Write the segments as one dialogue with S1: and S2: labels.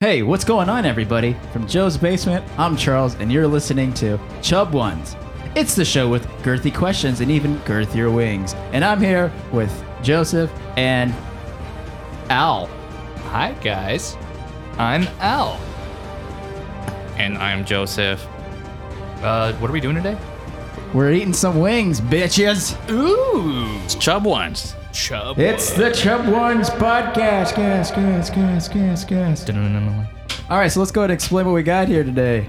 S1: Hey, what's going on, everybody? From Joe's Basement, I'm Charles, and you're listening to Chub Ones. It's the show with girthy questions and even girthier wings. And I'm here with Joseph and Al.
S2: Hi, guys. I'm Al.
S3: And I'm Joseph.
S2: Uh, what are we doing today?
S1: We're eating some wings, bitches.
S2: Ooh,
S3: It's Chub Ones.
S2: chub.
S1: It's the Chub Ones podcast. Gas, gas, gas, gas, gas. All right, so let's go ahead and explain what we got here today.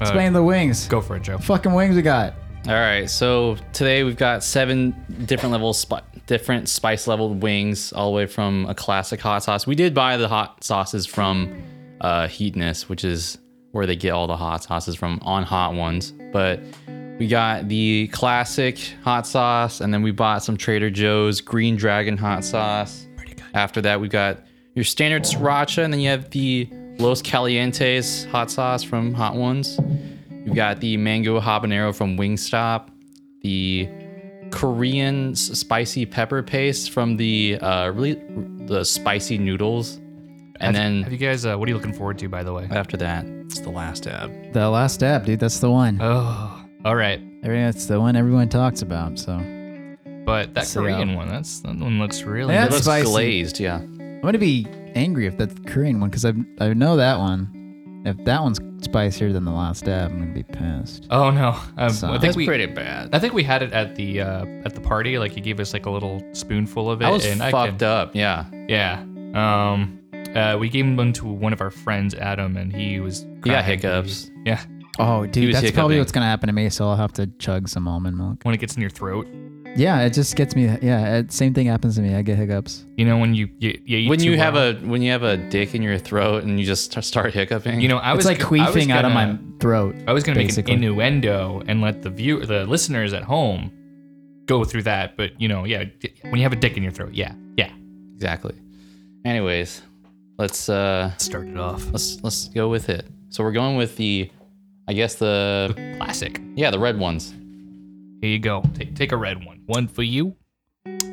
S1: Explain the wings.
S2: Go for it, Joe.
S1: Fucking wings we got.
S3: All right, so today we've got seven different levels, spi- different spice leveled wings, all the way from a classic hot sauce. We did buy the hot sauces from uh, Heatness, which is where they get all the hot sauces from on hot ones. But we got the classic hot sauce, and then we bought some Trader Joe's Green Dragon hot sauce. After that, we got your standard sriracha, and then you have the Los Calientes hot sauce from Hot Ones. You've got the mango habanero from Wingstop, the Korean s- spicy pepper paste from the uh, really the spicy noodles, and then
S2: Have you guys? Uh, what are you looking forward to, by the way?
S3: after that, it's the last tab.
S1: The last dab, dude. That's the one.
S2: Oh, all right.
S1: That's the one everyone talks about. So I'm
S2: But that
S1: So-
S2: Korean one, that's that one looks really.
S1: Yeah.
S3: It looks
S1: Spicy.
S3: glazed, yeah.
S1: gonna be angry if that's the Korean one because I I know that one. If that one's spicier than the last dab, I'm gonna be pissed.
S2: Oh no, um, I think
S3: That's
S2: we.
S3: pretty bad.
S2: I think we had it at the uh, at the party. Like you gave us like a little spoonful of it.
S3: I was
S2: and I
S3: fucked
S2: can,
S3: up, yeah.
S2: Yeah. Um. Uh, we gave one to one of our friends, Adam, and he was.
S3: He got
S2: crying.
S3: hiccups.
S2: Yeah.
S1: Oh, dude,
S3: was
S1: that's probably
S3: hiccuping.
S1: what's gonna happen to me. So I'll have to chug some almond milk.
S2: When it gets in your throat,
S1: Yeah, it just gets me. Yeah, it, same thing happens to me. I get hiccups.
S2: you know when you you, you eat
S3: When
S2: too
S3: you have
S2: well.
S3: a when you have a dick in your throat and you just st- start hiccuping,
S2: you know I
S1: It's
S2: was
S1: like
S2: go- I was
S1: queefing out of my
S2: gonna-
S1: throat.
S2: I was gonna
S1: basically.
S2: make an innuendo and let the view the listeners at home go through that, but you know, yeah, d- when you have a dick in your throat, yeah, yeah,
S3: exactly. Anyways, let's uh
S2: start it off
S3: let's let's go with it. So we're going with the, I guess the
S2: classic.
S3: Yeah, the red ones.
S2: Here you go. Take take a red one. One for you.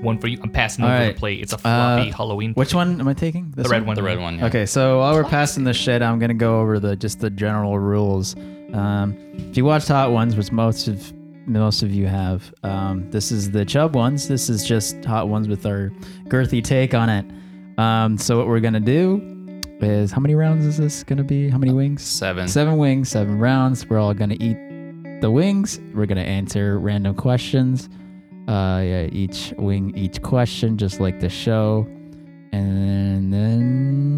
S2: One for you. I'm passing
S1: All
S2: over
S1: right.
S2: the plate. It's a floppy
S1: Uh,
S2: Halloween.
S1: Which one am I taking? This
S2: the red one.
S3: The red one. Yeah.
S1: Okay, so while we're passing the shit, I'm gonna go over the just the general rules. Um, if you watched Hot Ones, which most of most of you have, um, this is the Chub ones. This is just Hot Ones with our girthy take on it. Um, so what we're gonna do is how many rounds is this gonna be? How many wings?
S3: Seven.
S1: Seven wings, seven rounds. We're all gonna eat the wings. We're gonna answer random questions. Uh, yeah, each wing, each question, just like the show. And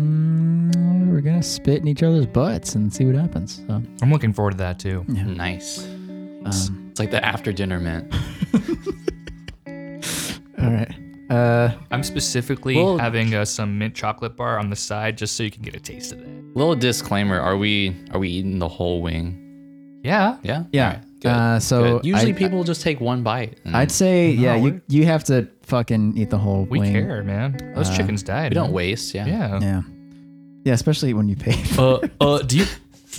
S1: then we're gonna spit in each other's butts and see what happens. So,
S2: I'm looking forward to that too.
S3: Nice.
S1: um,
S3: It's like the after dinner mint.
S1: all right. Uh,
S2: I'm specifically
S3: Well-
S2: having uh, some mint chocolate bar on the side just so you can get a taste of it.
S3: Little disclaimer: Are we are we eating the whole wing?
S2: Yeah.
S3: Yeah.
S1: yeah.
S3: Alright, good,
S1: Uh, so
S3: good. usually
S1: I-
S3: people Mm. just take one bite. and
S1: I'd say, yeah,
S2: No,
S1: you you have to fucking eat the whole
S2: We
S1: wing.
S2: care, man. Those chickens died.
S3: we don't
S2: man.
S3: waste. Yeah.
S2: Uh, Yeah.
S1: Yeah, yeah, especially when you pay. For
S2: uh, uh, do you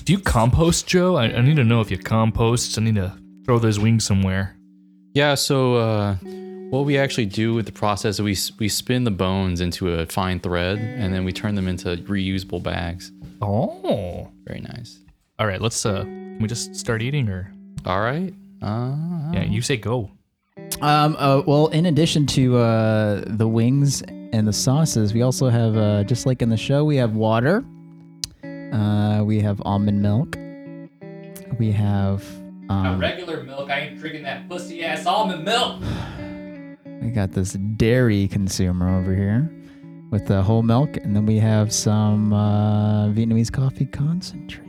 S2: do you compost, Joe? I, I need to know if you compost. I need to throw those wings somewhere.
S3: Yeah. So uh, what we actually do with the process is we s- we spin the bones into a fine thread and then we turn them into reusable bags.
S2: Oh.
S3: Very nice.
S2: All right. Let's. Uh, can we just start eating, or
S3: All right. Uh,
S2: yeah, you say go.
S1: Um, uh, well, in addition to uh, the wings and the sauces, we also have, uh, just like in the show, we have water. Uh, we have almond milk. We have. Um,
S2: regular milk. I ain't drinking that pussy ass almond milk.
S1: we got this dairy consumer over here with the whole milk, and then we have some uh, Vietnamese coffee concentrate.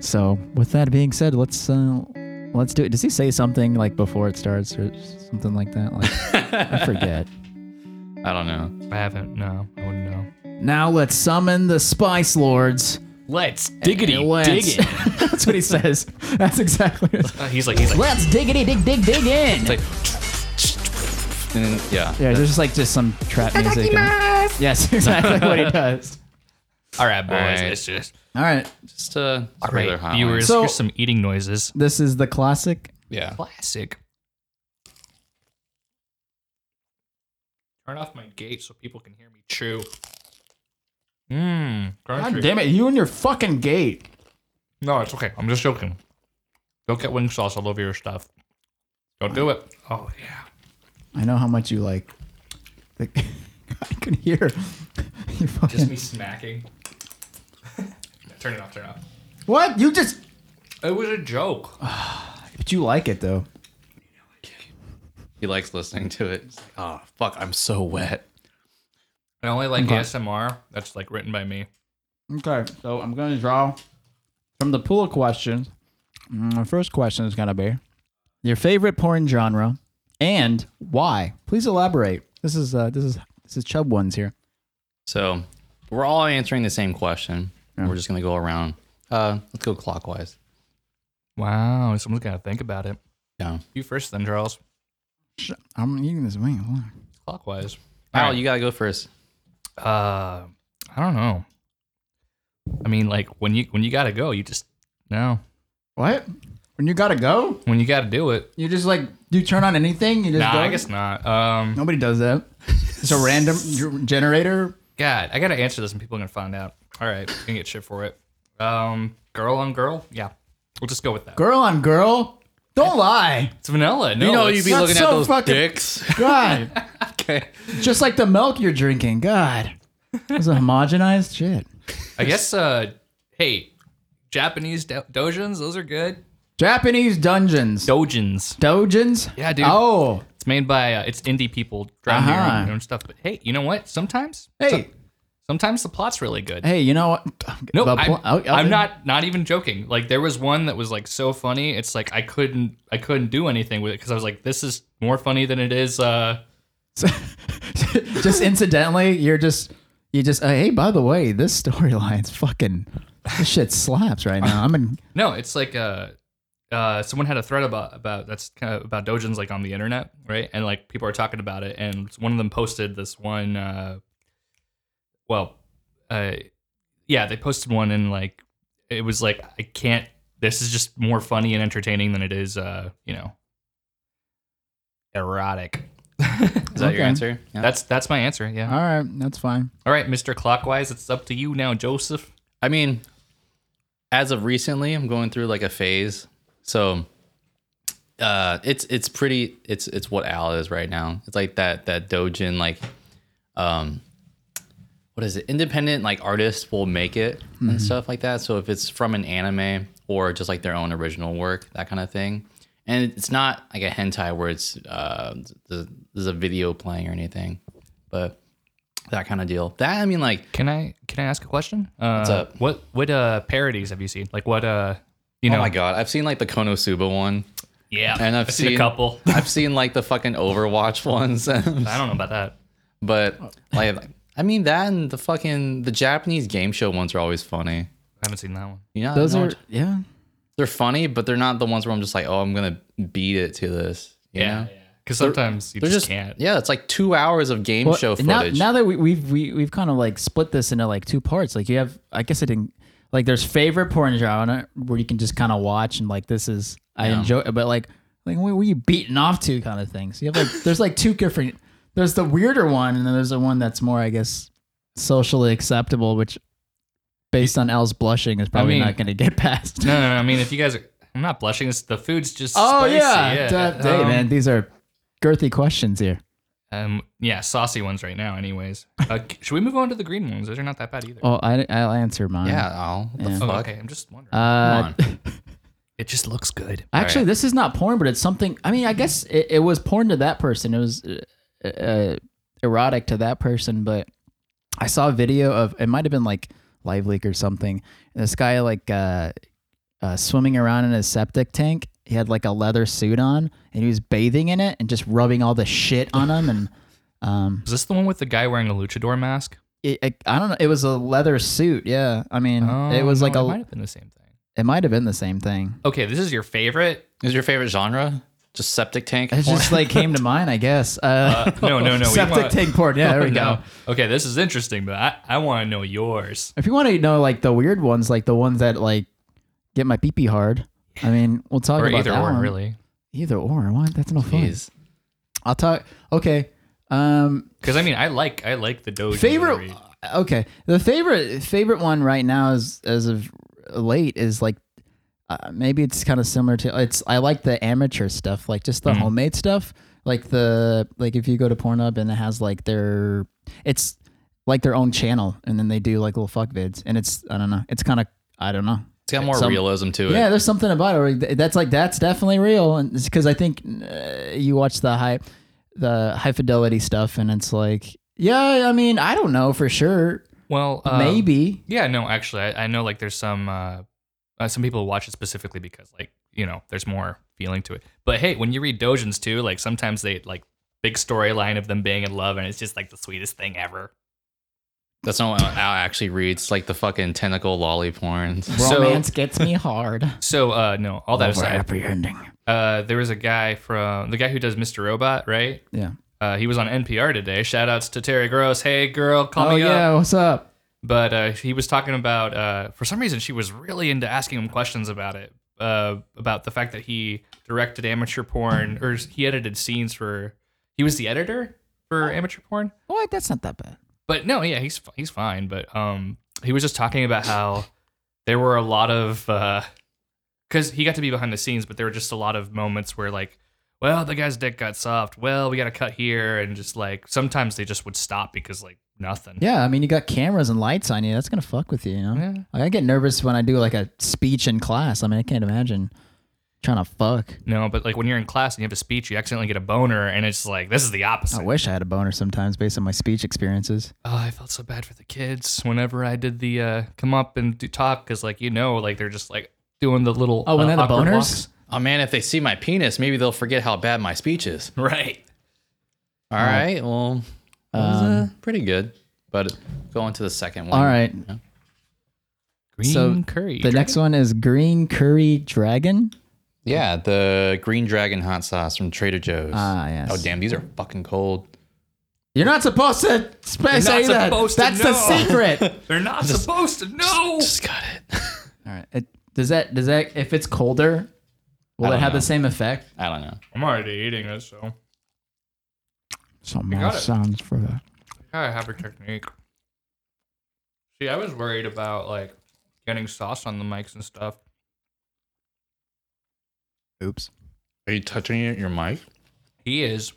S1: So, with that being said, let's uh, let's do it. Does he say something like before it starts or something like that? Like, I forget.
S3: I don't know.
S2: I haven't. No, I wouldn't know.
S1: Now let's summon the Spice Lords.
S2: Let's diggity
S1: Let's-
S2: dig it.
S1: That's what he says. That's exactly what it is.
S2: Uh, he's like he's like.
S1: Let's diggity dig dig dig in.
S3: like- And then, yeah.
S1: yeah, there's just like just some trap music. and- yes, exactly what he does.
S2: All right, boys.
S3: All right.
S2: It's just
S1: All right,
S3: Just uh, just
S2: all
S3: regular
S2: right,
S3: hot
S2: viewers.
S3: ones.
S1: So-
S2: here's some eating noises.
S1: this is the classic.
S3: Yeah.
S2: Classic. Turn off my gate so people can hear me chew. Mmm.
S4: God
S2: crunchy.
S4: damn it, you and your fucking gate.
S2: No, it's okay. I'm just joking. Don't get wing sauce all over your stuff. Don't do it. Oh yeah.
S4: I know how much you like. I can hear. You fucking,
S2: Just me smacking. turn it off. Turn it off.
S4: what? You just.
S2: It was a joke.
S4: But you like it though.
S3: He likes listening to it. He's like, oh fuck, I'm so wet.
S2: I only like ASMR. That's like written by me.
S4: Okay, so I'm gonna draw
S1: From the pool of questions, Mm, my first question is going to be your favorite porn genre and why? Please elaborate. This is uh, this is this is Chub ones here.
S3: So we're all answering the same question. We're just gonna go around. Uh, let's go clockwise.
S2: Wow. Someone's gotta think about it.
S3: Yeah.
S2: You first, then Charles.
S1: Sh- I'm eating this wing. Hold on.
S2: Clockwise.
S3: Al,
S2: All right.
S3: you gotta go first.
S2: Uh, I don't know. I mean, like when you when you gotta go, you just no.
S4: what? When you gotta go,
S2: When you gotta do it.
S4: you just like you turn on anything. You just
S2: Nah,
S4: go.
S2: I guess not. Um,
S4: nobody does that. It's a random ge- generator.
S2: God, I gotta answer this, and people are gonna find out. All right, gonna get shit for it. Um, girl on girl. Yeah, we'll just go with that.
S4: Girl on girl. Don't lie.
S2: It's vanilla. No,
S3: You know, you'd
S2: Oh, it's-
S4: be
S3: be
S4: that's
S3: looking
S4: looking at so
S3: at
S4: those
S3: those
S4: fucking-
S3: dicks.
S4: God,
S2: okay.
S4: just like the milk you're drinking. God,
S1: It's a homogenized shit.
S2: I guess. Uh, hey, Japanese do- dojins. Those are good.
S4: Japanese dungeons.
S2: Dojins.
S4: Dojins.
S2: Yeah, dude.
S4: Oh,
S2: It's made by uh, it's indie people driving their
S4: Uh-huh.
S2: own- their own stuff. But hey, you know what? Sometimes,
S4: hey,
S2: sometimes the plot's really good.
S1: Hey, you know what?
S2: No,
S1: The
S2: I'm,
S1: pl- oh, I'll- I'll-
S2: I'm not not even joking. Like there was one that was like so funny. It's like I couldn't I couldn't do anything with it because I was like, this is more funny than it is. Uh,
S4: just incidentally, you're just
S1: You just uh, hey, by the way, this storyline's fucking this shit slaps right now. I'm in.
S2: no, it's like uh, uh, someone had a thread about about that's kind of about dojins like on the internet, right? And like people are talking about it, and one of them posted this one. Uh, well, uh, yeah, they posted one, and like it was like I can't. This is just more funny and entertaining than it is, uh, you know, erotic.
S3: Is that
S1: Okay.
S3: your answer? Yeah.
S2: That's that's my answer. Yeah.
S1: All right, that's fine.
S2: All right, Mr. Clockwise, it's up to you now, Joseph.
S3: I mean, as of recently, I'm going through like a phase. So uh it's it's pretty it's it's what Al is right now. It's like that that dojin like um what is it? Independent like artists will make it and stuff like that. So if it's from an anime or just like their own original work, that kind of thing. And it's not like a hentai where it's uh there's there's a video playing or anything. But that kind of deal. That I mean like
S2: Can I can I ask a question? Uh, What's
S3: up?
S2: What what uh parodies have you seen? Like what uh you know?
S3: Oh my god, I've seen like the Konosuba one.
S2: Yeah,
S3: And I've
S2: seen,
S3: seen-
S2: a couple.
S3: I've seen like the fucking Overwatch ones,
S2: I don't know about that.
S3: but like I mean that and the fucking the Japanese game show ones are always funny.
S2: I haven't seen that one.
S3: You know,
S1: Those
S3: no,
S1: are yeah.
S3: they're funny, but they're not the ones where I'm just like, oh, I'm gonna beat it to this. You know?
S2: because sometimes you
S3: They're just
S2: just, can't.
S3: yeah, it's like two hours of game
S1: Well,
S3: show
S1: now,
S3: footage.
S1: now that we, we've we, we've kind of like split this into like two parts. Like you have, I guess I didn't like. There's favorite porn genre where you can just kind of watch and like this is I enjoy, but like like what were you beating off to kind of things. you have like there's like two different. There's the weirder one, and then there's the one that's more I guess socially acceptable, which based on Al's blushing is probably
S2: mean-
S1: not going to get past.
S2: No, no, no, I mean if you guys are, I'm not blushing. It's the food's just.
S1: oh
S2: spicy,
S1: yeah, That- hey
S2: Um,
S1: man, these are girthy questions here.
S2: Um, yeah, saucy ones right now. Anyways, uh, c- should we move on to the green ones? Those are not that bad either.
S1: Oh, I I'll answer mine.
S3: yeah, Al, what the
S1: Yeah.
S2: Oh,
S3: fuck.
S2: okay, I'm just wondering.
S1: Uh,
S3: Come on.
S2: it just looks good.
S1: Actually,
S3: Alright.
S1: this is not porn, but it's something. I mean, I guess it, it was porn to that person. It was uh, uh, erotic to that person, but I saw a video of it might have been like Live Leak or something. And this guy like uh, uh, swimming around in his septic tank. He had like a leather suit on, and he was bathing in it and just rubbing all the shit on him. And um,
S2: Is this the one with the guy wearing a luchador mask?
S1: it, it- I don't know. It was a leather suit. Yeah, I mean, it was
S2: Oh, no,
S1: like a.
S2: it might have been the same thing.
S1: It might have been the same thing.
S2: Okay, this is your favorite.
S3: Is your favorite genre just septic tank?
S1: It just like came to mind, I guess. Uh,
S2: no, no, no, we
S1: Septic
S2: want-
S1: tank porn. Yeah, there we go.
S2: No. Okay, this is interesting, but I, I want to know yours.
S1: If you want to know like the weird ones, like the ones that like get my pee pee hard, I mean, we'll talk
S2: Or
S1: about
S2: either
S1: that
S2: or,
S1: one.
S2: really.
S1: Either or, what? That's no fun.
S3: Jeez.
S1: I'll talk. Okay. Um,
S2: Because I mean, I like I like the dojo.
S1: favorite. uh, okay. The favorite favorite one right now is as of late is like uh, maybe it's kind of similar to it's. I like the amateur stuff, like just the homemade stuff, like the like if you go to Pornhub and it has like their it's like their own channel, and then they do like little fuck vids, and it's I don't know, it's kind of I don't know.
S3: It's got more
S1: Some-
S3: realism to it.
S1: Yeah, there's something about it. where th- That's like that's definitely real, and because I think uh, you watch the high, the high fidelity stuff, and it's like, yeah, I mean, I don't know for sure,
S2: Well, uh,
S1: maybe.
S2: Yeah, no, actually, I, I know like there's some uh, uh, some people watch it specifically because like you know there's more feeling to it. But hey, when you read Dojins too, like sometimes they like big storyline of them being in love and it's just like the sweetest thing ever.
S3: That's not how it actually reads. It's like the fucking tentacle lolly porn.
S2: So-
S1: Romance gets me hard.
S2: So uh, no, all that aside,
S1: apprehending.
S2: uh, there was a guy from the guy who does Mr. Robot, right?
S1: Yeah.
S2: Uh, he was on NPR today. Shout outs to Terry Gross. Hey girl, call
S1: oh
S2: me up.
S1: yeah, what's up?
S2: but uh, he was talking about uh, for some reason she was really into asking him questions about it uh, about the fact that he directed amateur porn or he edited scenes for he was the editor for amateur porn
S1: What? That's not that bad.
S2: but no yeah he's he's fine but um he was just talking about how there were a lot of because he got to be behind the scenes but there were just a lot of moments where like well the guy's dick got soft well we got to cut here and just like sometimes they just would stop because like nothing
S1: Yeah, I mean, you got cameras and lights on you. That's gonna fuck with you, you know.
S2: Yeah.
S1: Like, I get nervous when I do like a speech in class. I mean, I can't imagine trying to fuck.
S2: No, but like when you're in class and you have a speech, you accidentally get a boner, and it's like this is the opposite.
S1: I wish I had a boner sometimes based on my speech experiences.
S2: Oh, I felt so bad for the kids whenever I did the uh, come up and do talk because like you know like they're just like doing the little
S1: Oh, when
S2: uh,
S1: they had the
S2: awkward
S1: boners?
S2: walks.
S3: Oh man, if they see my penis, maybe they'll forget how bad my speech is.
S2: right?
S3: All right, well, that was, uh, pretty good. But going to the second one.
S1: All right,
S2: Green
S1: So,
S2: curry.
S1: The next one is green curry dragon.
S3: Yeah, the Green Dragon hot sauce from Trader Joe's.
S1: Ah, yes.
S3: Oh damn, these are fucking cold.
S1: You're not supposed to sp- say that.
S2: supposed to
S1: That's the
S2: know.
S1: secret. All
S2: They're not supposed to know.
S3: Just got it.
S1: right. It, does that does that if it's colder, will it
S3: don't
S1: have
S3: know.
S1: the same effect?
S3: I don't know.
S2: I'm already eating it, so
S4: Some
S2: You got it.
S4: sounds for that.
S2: I have a technique. See, I was worried about like getting sauce on the mics and stuff.
S1: Oops.
S3: Are you touching it, your mic?
S2: He is.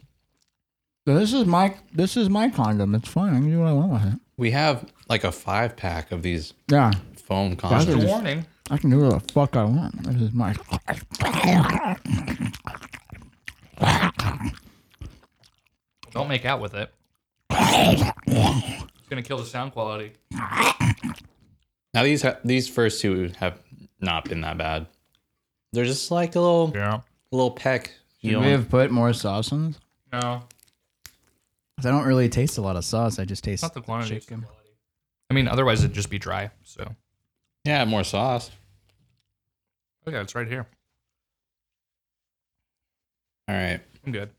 S4: This is my this is my condom. It's fine. I can do what I want with it.
S3: We have like a five pack of these
S4: Yeah,
S3: foam
S2: Just a
S3: condoms.
S2: warning.
S4: I can do what the fuck I want. This is my.
S2: Don't make out with it. It's gonna kill the sound quality.
S3: Now these ha- these first two have not been that bad. They're just like a little
S2: Yeah.
S3: a little peck. You
S4: Should
S3: know?
S4: we have put more sauce in? this?
S2: No,
S1: 'Cause I don't really taste a lot of sauce. I just taste.
S2: it's not the quantity. it's the quality. I mean, otherwise it'd just be dry. So
S3: yeah, more sauce.
S2: okay, it's right here.
S3: All right.
S2: I'm good.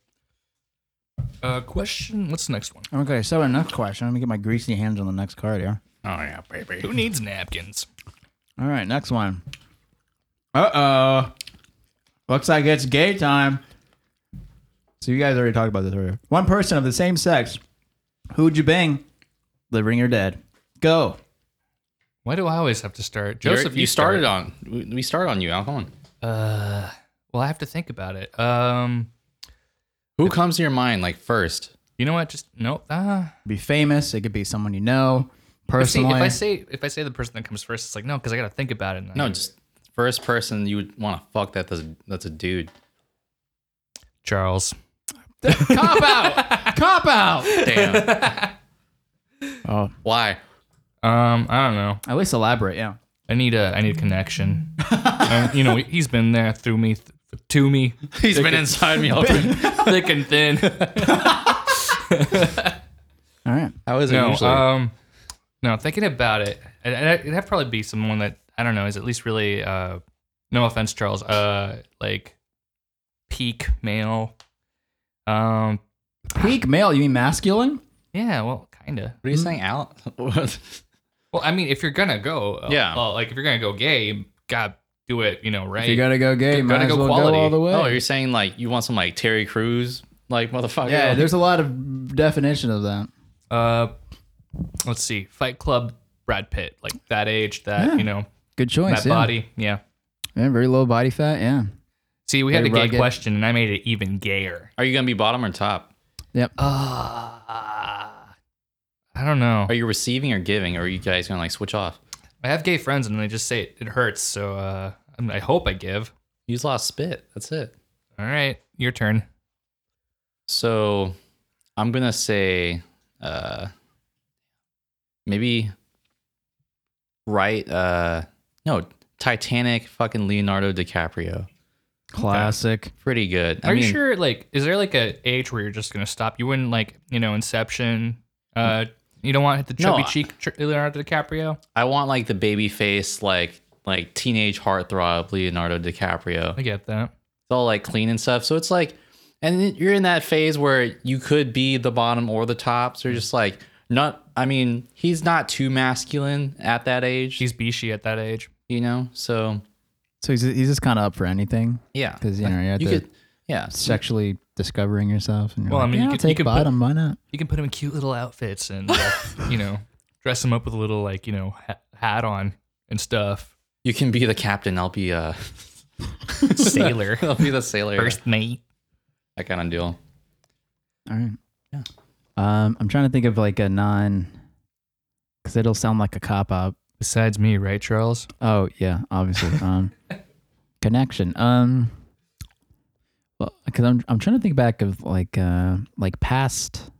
S2: Uh, question. What's the next one?
S4: Okay, so the next question. Let me get my greasy hands on the next card here.
S3: Oh yeah, baby.
S2: Who needs napkins?
S4: All right, next one. Uh oh. Looks like it's gay time.
S1: So you guys already talked about this earlier. One person of the same sex, who'd you bang, living or dead? Go.
S2: Why do I always have to start?
S3: You're-
S2: Joseph,
S3: you started on. we- We started on you, Al. Come on.
S2: Uh, well, I have to think about it. Um,
S3: Who comes to your mind like first?
S2: you know what? Just no. Uh,
S1: Be famous. It could be someone you know.
S2: see, if
S1: Personally,
S2: I say if I say the person that comes first, it's like no, because I gotta think about it. and I-
S3: No, just first person you would want to fuck. That that's that's a dude.
S2: Charles.
S1: cop out. cop out.
S3: Damn.
S4: Oh.
S3: Why?
S2: Um, I don't know.
S1: At least elaborate. Yeah.
S2: I need a I need connection. Um, you know, he's been there through me, th- to me,
S3: He's been inside me all
S2: thick and thin.
S4: All right.
S3: How is it
S2: No,
S3: usually?
S2: um, no. Thinking about it, and and it'd have to probably be someone that I don't know is at least really. Uh, no offense, Charles. Uh, like peak male. Um,
S1: Peak male. You mean masculine?
S2: yeah. Well, kinda.
S3: what are you saying, Al? What?
S2: Well, I mean, if you're gonna go, uh,
S3: Yeah.
S2: well, like if you're gonna go gay, God, do it. You know, right?
S1: You gotta go gay. You might
S2: gotta
S1: as
S2: go
S1: well
S2: quality.
S1: go all the way.
S3: oh, you're saying like you want some like Terry Crews like motherfucker?
S1: Yeah, there's a lot of definition of that.
S2: uh, let's see, Fight Club, Brad Pitt, like that age, that you know,
S1: Good choice.
S2: that
S1: yeah.
S2: body, yeah.
S1: Yeah, very low body fat. Yeah.
S2: See, we had
S1: Very
S2: a gay
S1: rugged.
S2: question, and I made it even gayer.
S3: Are you gonna be bottom or top?
S1: Yep.
S2: Ah, I don't know.
S3: Are you receiving or giving? Or are you guys gonna like switch off?
S2: I have gay friends, and they just say it, it hurts. So uh, I, mean, I hope I give.
S3: You just lost spit. That's it.
S2: All right, your turn.
S3: So I'm gonna say uh maybe right uh no Titanic fucking Leonardo DiCaprio.
S1: Classic.
S3: Pretty good. I
S2: Are you
S3: mean,
S2: sure? Like, is there like a age where you're just gonna stop? You wouldn't like, you know, Inception. Uh, you don't want to hit the
S3: No,
S2: chubby
S3: I-
S2: cheek tr- Leonardo DiCaprio,
S3: I want like the baby face like like teenage heartthrob Leonardo DiCaprio.
S2: I get that.
S3: it's all like clean and stuff. So it's like, and then you're in that phase where you could be the bottom or the top. So you're just like, not, I mean, he's not too masculine at that age,
S2: She's bishy at that age.
S3: you know? So
S1: So he's, he's just kind of up for anything
S3: yeah.
S1: because you know you're at
S3: You
S1: the
S3: could, yeah.
S1: sexually discovering yourself. And you're
S2: Well, I
S1: like,
S2: mean,
S1: yeah,
S2: you
S1: I'll
S2: could- you
S1: take
S2: could put-
S1: bottom. why not?
S2: You can put him in cute little outfits and, uh, you know, dress him up with a little like, you know, ha- hat on and stuff.
S3: You can be the captain. I'll be, uh,
S2: Sailor,
S3: I'll be the sailor.
S2: first mate.
S3: That kind of deal.
S1: All right.
S3: Yeah.
S1: Um, I'm trying to think of like a non, because it'll sound like a cop out.
S2: Besides me, right, Charles?
S1: Oh yeah, obviously. Um, connection. Um, well, because I'm I'm trying to think back of like uh like past,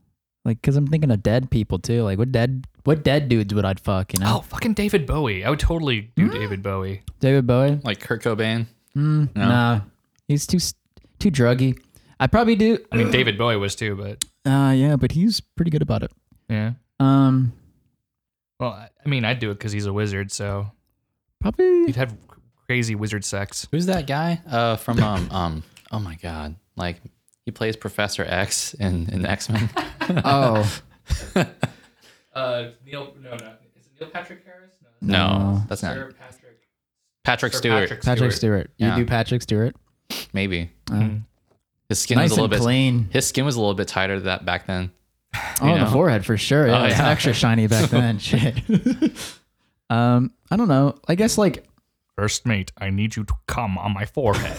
S1: like because I'm thinking of dead people too. Like what dead what dead dudes would I fuck? You
S2: Oh,
S1: know,
S2: fucking David Bowie. I would totally do David Bowie.
S1: David Bowie.
S3: Like Kurt Cobain.
S1: Mm,
S3: No.
S1: Nah, he's too s- too druggy. I probably do.
S2: I mean, David Bowie was too, but
S1: Uh, yeah, but he's pretty good about it.
S2: yeah.
S1: Um,
S2: Well, I- I mean, I'd do it because he's a wizard, so
S1: probably
S2: you'd have crazy wizard sex.
S3: Who's that guy? Uh, from, um, um, oh my God. Like, he plays Professor X in, in X Men.
S1: oh
S2: Uh, Neil, no, no. Is it Neil Patrick Harris?
S3: No, that's not
S2: Patrick,
S3: Patrick Stewart.
S1: Patrick Stewart.
S3: Yeah.
S1: You do Patrick Stewart.
S3: Maybe
S1: Uh,
S2: Hmm.
S3: his skin
S1: Nice
S3: was
S1: and
S3: a little bit
S1: clean.
S3: His skin was a little bit tighter than that back then.
S1: Oh,
S3: you
S1: the
S3: know?
S1: forehead for sure. Yeah,
S3: Oh,
S1: it's
S3: yeah.
S1: extra shiny back then. Shit. um, I don't know. I guess like
S2: First mate, I need you to come on my forehead.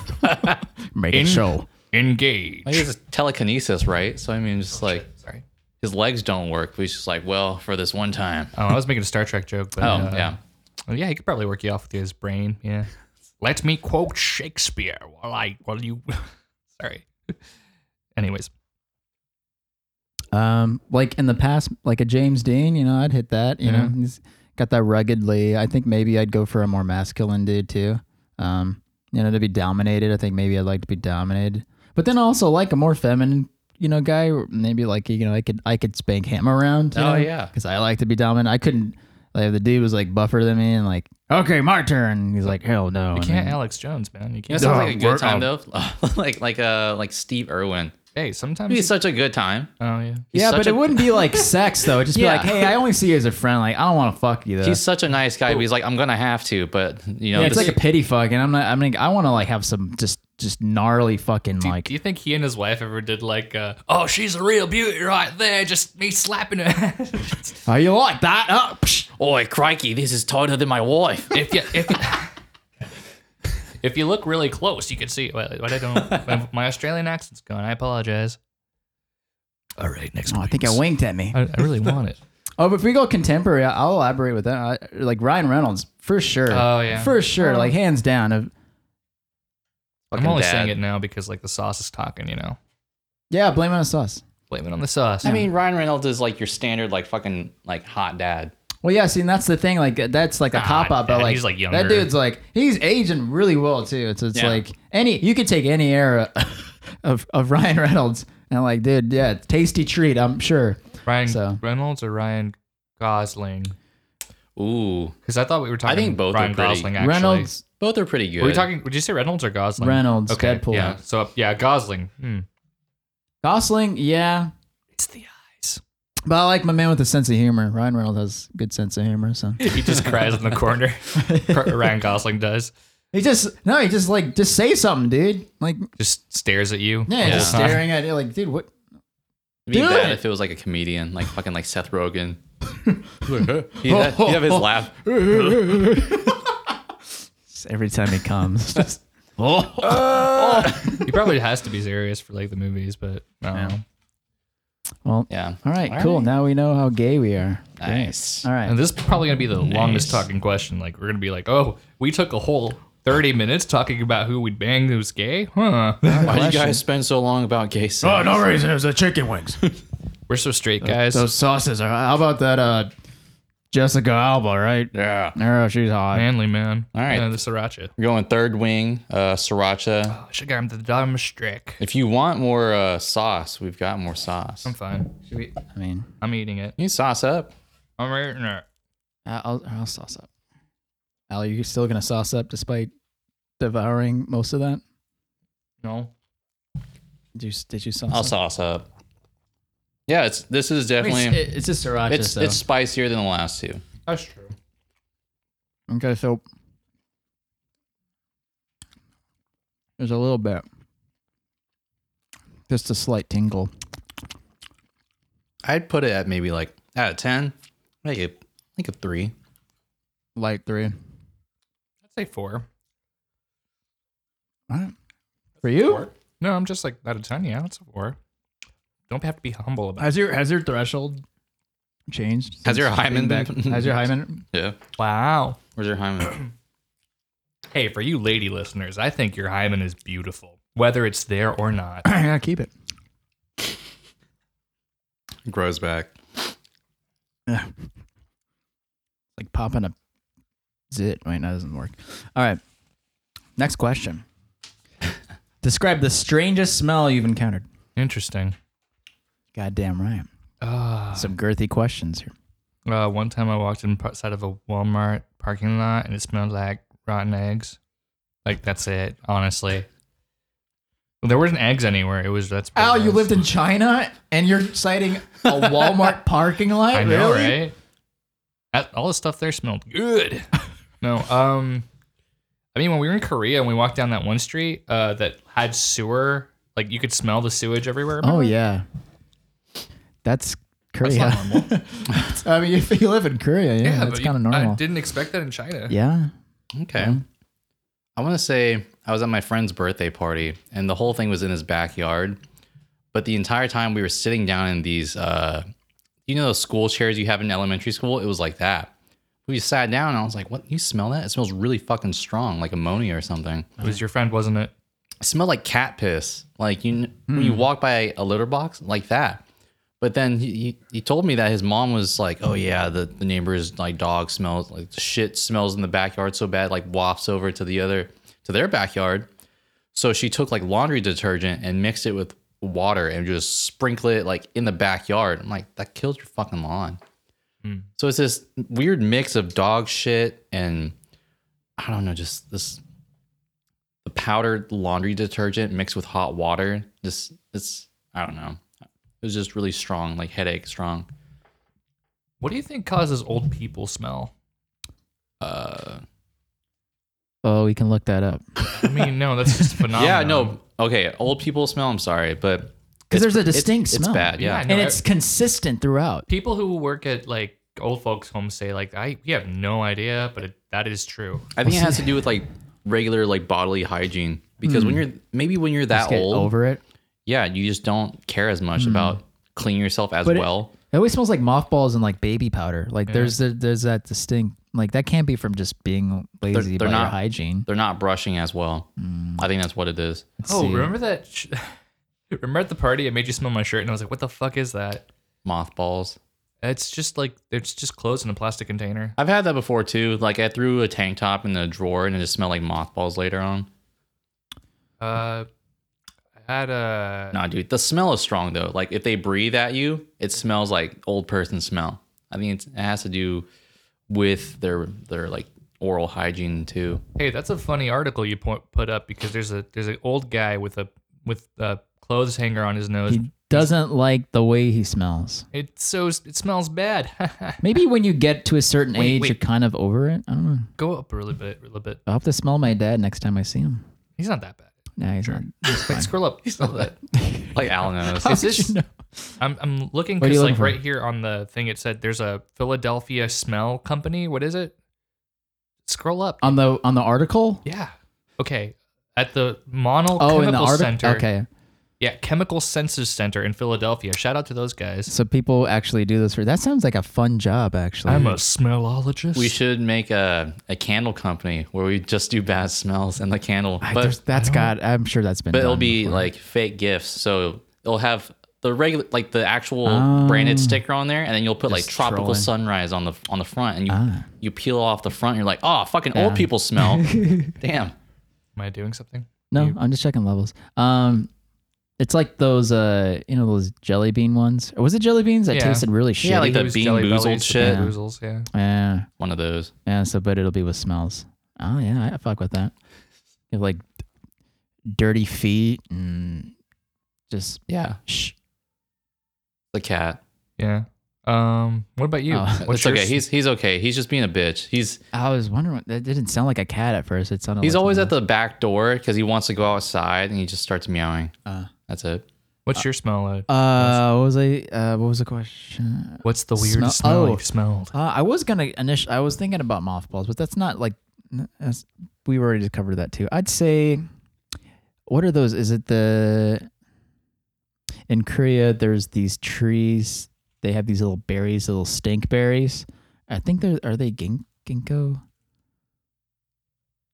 S1: make
S2: In-
S1: it show.
S2: Engage.
S3: Well, he has telekinesis, right? So I mean,
S1: Oh,
S3: just like
S2: Sorry.
S3: his legs don't work, but he's just like, well, for this one time.
S2: Oh, I was making a Star Trek joke, but
S3: Oh
S2: uh,
S3: yeah,
S2: well, yeah, he could probably work you off with his brain. Yeah. Let me quote Shakespeare while I while you. Sorry. Anyways,
S1: Um, like in the past, like a James Dean, you know, I'd hit that. You
S2: Yeah.
S1: know, he's got that ruggedly. I think maybe I'd go for a more masculine dude too. Um, you know, to be dominated. I think maybe I'd like to be dominated, but then also like a more feminine, you know, guy. Maybe like you know, I could I could spank him around. you
S3: Oh,
S1: know,
S3: yeah.
S1: because I like to be dominant. I couldn't. Like if the dude was like buffer than me and like, okay, my turn. He's like, hell no.
S2: you
S1: and
S2: can't
S1: then-
S2: Alex Jones, man. You
S3: you know,
S2: can't.
S3: sounds like a
S2: Oh,
S3: good time though. like like uh like Steve Irwin.
S2: Hey, sometimes.
S3: He's
S2: you-
S3: such a good time.
S2: oh yeah.
S3: He's
S1: yeah,
S3: such
S1: but
S3: a-
S1: it wouldn't be like sex though. It'd just
S3: Yeah.
S1: be like, hey, I only see you as a friend. Like, I don't want to fuck you though.
S3: He's such a nice guy. But he's like, I'm gonna have to, but you know,
S1: Yeah, it's
S3: this-
S1: like a pity fuck, and I'm not. I mean, I want to like have some just just gnarly fucking
S2: Do,
S1: like.
S2: do you think he and his wife ever did like, uh, oh, she's a real beauty right there, just me slapping her?
S1: Oh, you like that? Oh, psh.
S3: Oi, crikey, this is tighter than my wife.
S2: if you if, if you look really close, you can see. Well, what I don't. My, my Australian accent's gone. I apologize. All right, next.
S1: Oh, I think I winked at me.
S2: I, I really want it.
S1: Oh, but if we go contemporary, I- I'll elaborate with that. I, like Ryan Reynolds, for sure.
S2: Oh, yeah.
S1: for sure. Like hands down. Of,
S2: I'm
S3: Fucking
S2: only
S3: dad.
S2: saying it now because like the sauce is talking. You know,
S1: yeah, blame it on sauce.
S2: blame it on the sauce.
S3: I mean, Ryan Reynolds is like your standard like fucking like hot dad.
S1: Well, yeah. See, and that's the thing. Like that's like a
S2: Ah,
S1: cop out, but
S2: yeah,
S1: like,
S2: he's, like, younger.
S1: that dude's like he's aging really well too. It's it's
S3: Yeah.
S1: like any you could take any era of of Ryan Reynolds and like, dude, yeah, tasty treat. I'm sure.
S2: Ryan
S1: so.
S2: Reynolds or Ryan Gosling?
S3: Ooh,
S2: Because I thought we were talking.
S3: think both
S2: Ryan
S3: are pretty.
S2: Gosling. Actually,
S1: Reynolds.
S3: both are pretty good.
S2: Were we talking? Would you say Reynolds or Gosling?
S1: Reynolds,
S2: Okay.
S1: Deadpool.
S2: Yeah. So yeah, Gosling. Hmm.
S1: Gosling, yeah,
S2: It's the eyes.
S1: but I like my man with a sense of humor. Ryan Reynolds has a good sense of humor, so
S2: He just cries in the corner. Ryan Gosling does.
S1: he just no, he just like just say something, dude. Like
S2: Just stares at you.
S1: yeah,
S2: the
S1: just
S2: whole time.
S1: staring at you, like dude, what?
S3: It'd be
S1: Do
S3: bad
S1: it.
S3: if it was like a comedian, like fucking like Seth Rogen. He, that, he'd have his laugh.
S1: Just every time he comes. it's just, oh.
S2: He probably has to be serious for like the movies, but I don't know.
S1: Well,
S3: Yeah.
S1: all right, cool. Now we know how gay we are.
S3: Nice.
S1: All right.
S2: And this is probably gonna be the longest
S3: Nice.
S2: talking question. Like we're gonna be like, oh, we took a whole thirty minutes talking about who we'd bang who's gay, huh?
S3: Why do you guys spend so long about gay sex?
S4: reason. It was the chicken wings.
S2: we're so straight, guys.
S4: Those sauces are. How about that? Uh, Jessica Alba, right?
S3: Yeah.
S4: No, she's hot.
S2: Manly man. All
S3: right.
S2: the sriracha.
S3: We're going third wing, uh, sriracha.
S2: I should get Oh, him the dumb strick.
S3: If you want more uh, sauce, we've got more sauce.
S2: I'm fine. Should we,
S1: I mean,
S2: I'm eating it.
S3: You sauce up.
S2: I'm eating it.
S1: I- I'll, I'll sauce up. Al, you still gonna sauce up despite devouring most of that?
S2: No.
S1: Did you, did you sauce
S3: I'll
S1: up?
S3: sauce up. Yeah, it's this is
S1: I mean,
S3: definitely
S1: it's, it- it's just sriracha.
S3: it's
S1: so.
S3: it's spicier than the last two.
S2: That's true.
S1: okay. So there's a little bit, just a slight tingle.
S3: I'd put it at maybe like out of ten, like a like a three.
S1: Light three.
S2: I'd say four.
S1: What? For you?
S2: Four? No, I'm just like out of ten. Yeah, it's a four. Don't have to be humble about it.
S1: Has your has your threshold changed?
S3: Has
S1: since
S3: your hymen
S1: being
S3: been-
S1: Has your hymen?
S3: Yeah.
S2: Wow.
S3: Where's your hymen?
S2: Hey, for you lady listeners, I think your hymen is beautiful, whether it's there or not.
S1: yeah, keep it.
S3: Grows back.
S1: Like popping a zit. Wait, that doesn't work. All right. Next question. Describe the strangest smell you've encountered.
S2: Interesting.
S1: Goddamn right.
S2: Uh,
S1: Some girthy questions here.
S2: uh, one time I walked inside of a Walmart parking lot and it smelled like rotten eggs. Like that's it, honestly. There wasn't eggs anywhere. It was that's.
S1: Al, you lived in China and you're citing a Walmart parking lot?
S2: I
S1: Oh,
S2: know,
S1: really?
S2: right? That- all the stuff there smelled good. no, um, I mean, when we were in Korea and we walked down that one street uh, that had sewer, like you could smell the sewage everywhere.
S1: Oh yeah, that's Korea. I mean, if you live in Korea, yeah, that's
S2: but
S1: kind of
S2: you-
S1: normal.
S2: I didn't expect that in China.
S1: yeah,
S3: Okay. I want to say I was at my friend's birthday party and the whole thing was in his backyard. But the entire time we were sitting down in these, uh, you know, those school chairs you have in elementary school? It was like that. We sat down and I was like, what? You smell that? It smells really fucking strong, like ammonia or something.
S2: It was your friend, wasn't it?
S3: It smelled like cat piss. Like you, kn- when you walk by a litter box like that. But then he, he, he told me that his mom was like, oh yeah, the, the neighbor's like dog smells like shit smells in the backyard so bad, like wafts over to the other, to their backyard. So she took like laundry detergent and mixed it with water and just sprinkle it like in the backyard. I'm like, that killed your fucking lawn. So it's this weird mix of dog shit and I don't know, just this the powdered laundry detergent mixed with hot water. Just it's I don't know. It was just really strong, like headache strong.
S2: What do you think causes old people smell?
S3: Uh
S1: Oh, we can look that up
S2: I mean, no, that's just phenomenal.
S3: yeah, no. Okay, old people smell, I'm sorry, but
S1: because there's a distinct
S3: it's
S1: smell.
S3: bad, yeah.
S2: Yeah,
S1: and
S2: No,
S1: it's consistent throughout.
S2: People who work at like old folks' homes say like, I we have no idea, but it, that is true.
S3: I think it has to do with like regular like bodily hygiene because when you're maybe when you're that
S1: Hmm. Just get
S3: old,
S1: over it.
S3: yeah, you just don't care as much about cleaning yourself as
S1: But it-
S3: well.
S1: It always smells like mothballs and like baby powder. Like there's a, there's that distinct. Like that can't be from just being lazy
S3: they're
S1: about your
S3: not-
S1: hygiene.
S3: They're not brushing as well.
S1: Hmm.
S3: I think that's what it is.
S1: Let's
S2: Oh,
S1: see.
S2: remember that? Sh- remember at the party, it made you smell my shirt, and I was like, "What the fuck is that?"
S3: Mothballs.
S2: It's just like it's just clothes in a plastic container.
S3: I've had that before too. Like I threw a tank top in the drawer and it just smelled like mothballs later on.
S2: Uh, I had a
S3: Nah, dude, the smell is strong though. Like if they breathe at you, it smells like old person smell. I think it's, it has to do with their their like oral hygiene too.
S2: hey, that's a funny article you point, put up because there's a there's an old guy with a with a clothes hanger on his nose.
S1: He doesn't like the way he smells.
S2: It's so it smells bad.
S1: Maybe when you get to a certain age,
S2: wait.
S1: you're kind of over it. I don't know.
S2: Go up a little bit, a little bit.
S1: I'll have to smell my dad next time I see him.
S2: He's not that bad.
S1: Nah, he's not.
S2: Like, scroll up. Scroll up.
S3: Like Al knows.
S2: Is this
S1: know?
S2: I'm, I'm looking
S1: What are you
S2: because like
S1: looking for?
S2: right here on the thing it said there's a Philadelphia smell company. What is it? Scroll up.
S1: on the on the article.
S2: yeah. Okay. At the Monel
S1: Oh, in the
S2: Chemical
S1: article.
S2: Center.
S1: Okay,
S2: Yeah, Chemical Senses Center in Philadelphia. Shout out to those guys.
S1: so people actually do this for. That sounds like a fun job, actually.
S2: I'm a smellologist.
S3: We should make a, a candle company where we just do bad smells and the candle.
S1: I-
S3: but
S1: there's- that's got. I'm sure that's been.
S3: but it'll
S1: done
S3: be
S1: before.
S3: like fake gifts. So it'll have the regular like the actual branded sticker on there, and then you'll put
S1: Oh.
S3: like
S1: Just Uh-huh.
S3: tropical
S1: trolling.
S3: sunrise on the on the front, and you
S1: Ah,
S3: you peel off the front. And you're like, oh, fucking old people smell. Damn.
S2: Am I doing something?
S1: No, I'm just checking levels. Um, it's like those uh, you know, those jelly bean ones. Or was it jelly beans that
S2: Yeah.
S1: tasted really shitty?
S3: Yeah, like the
S2: Those
S3: Bean
S2: Jelly
S3: Boozled
S2: Bellies,
S3: shit.
S2: Bean Boozles, yeah.
S1: yeah,
S3: One of those.
S1: yeah. So, but it'll be with smells. Oh yeah, I- I fuck with that. You have like dirty feet and just
S3: Yeah.
S1: shh.
S3: The cat.
S2: Yeah. Um, what about you?
S1: Oh,
S3: it's
S2: your
S3: okay.
S2: s-
S3: He's he's okay. He's just being a bitch. He's
S1: I was wondering. What, that didn't sound like a cat at first. It sounded.
S3: he's
S1: like
S3: always at
S1: something
S3: the back door because he wants to go outside, and he just starts meowing.
S1: Uh.
S3: That's it.
S2: what's your smell? Uh,
S1: else. Uh, what was I? Uh, what was the question?
S2: what's the weird
S1: smell-
S2: smell,
S1: oh.
S2: you've smelled?
S1: Uh, I was gonna initial. I was thinking about mothballs, but that's not like n- that's, we already covered that too. I'd say, what are those? Is it the in Korea? There's these trees. They have these little berries, little stink berries. I think they're are they gin- ginkgo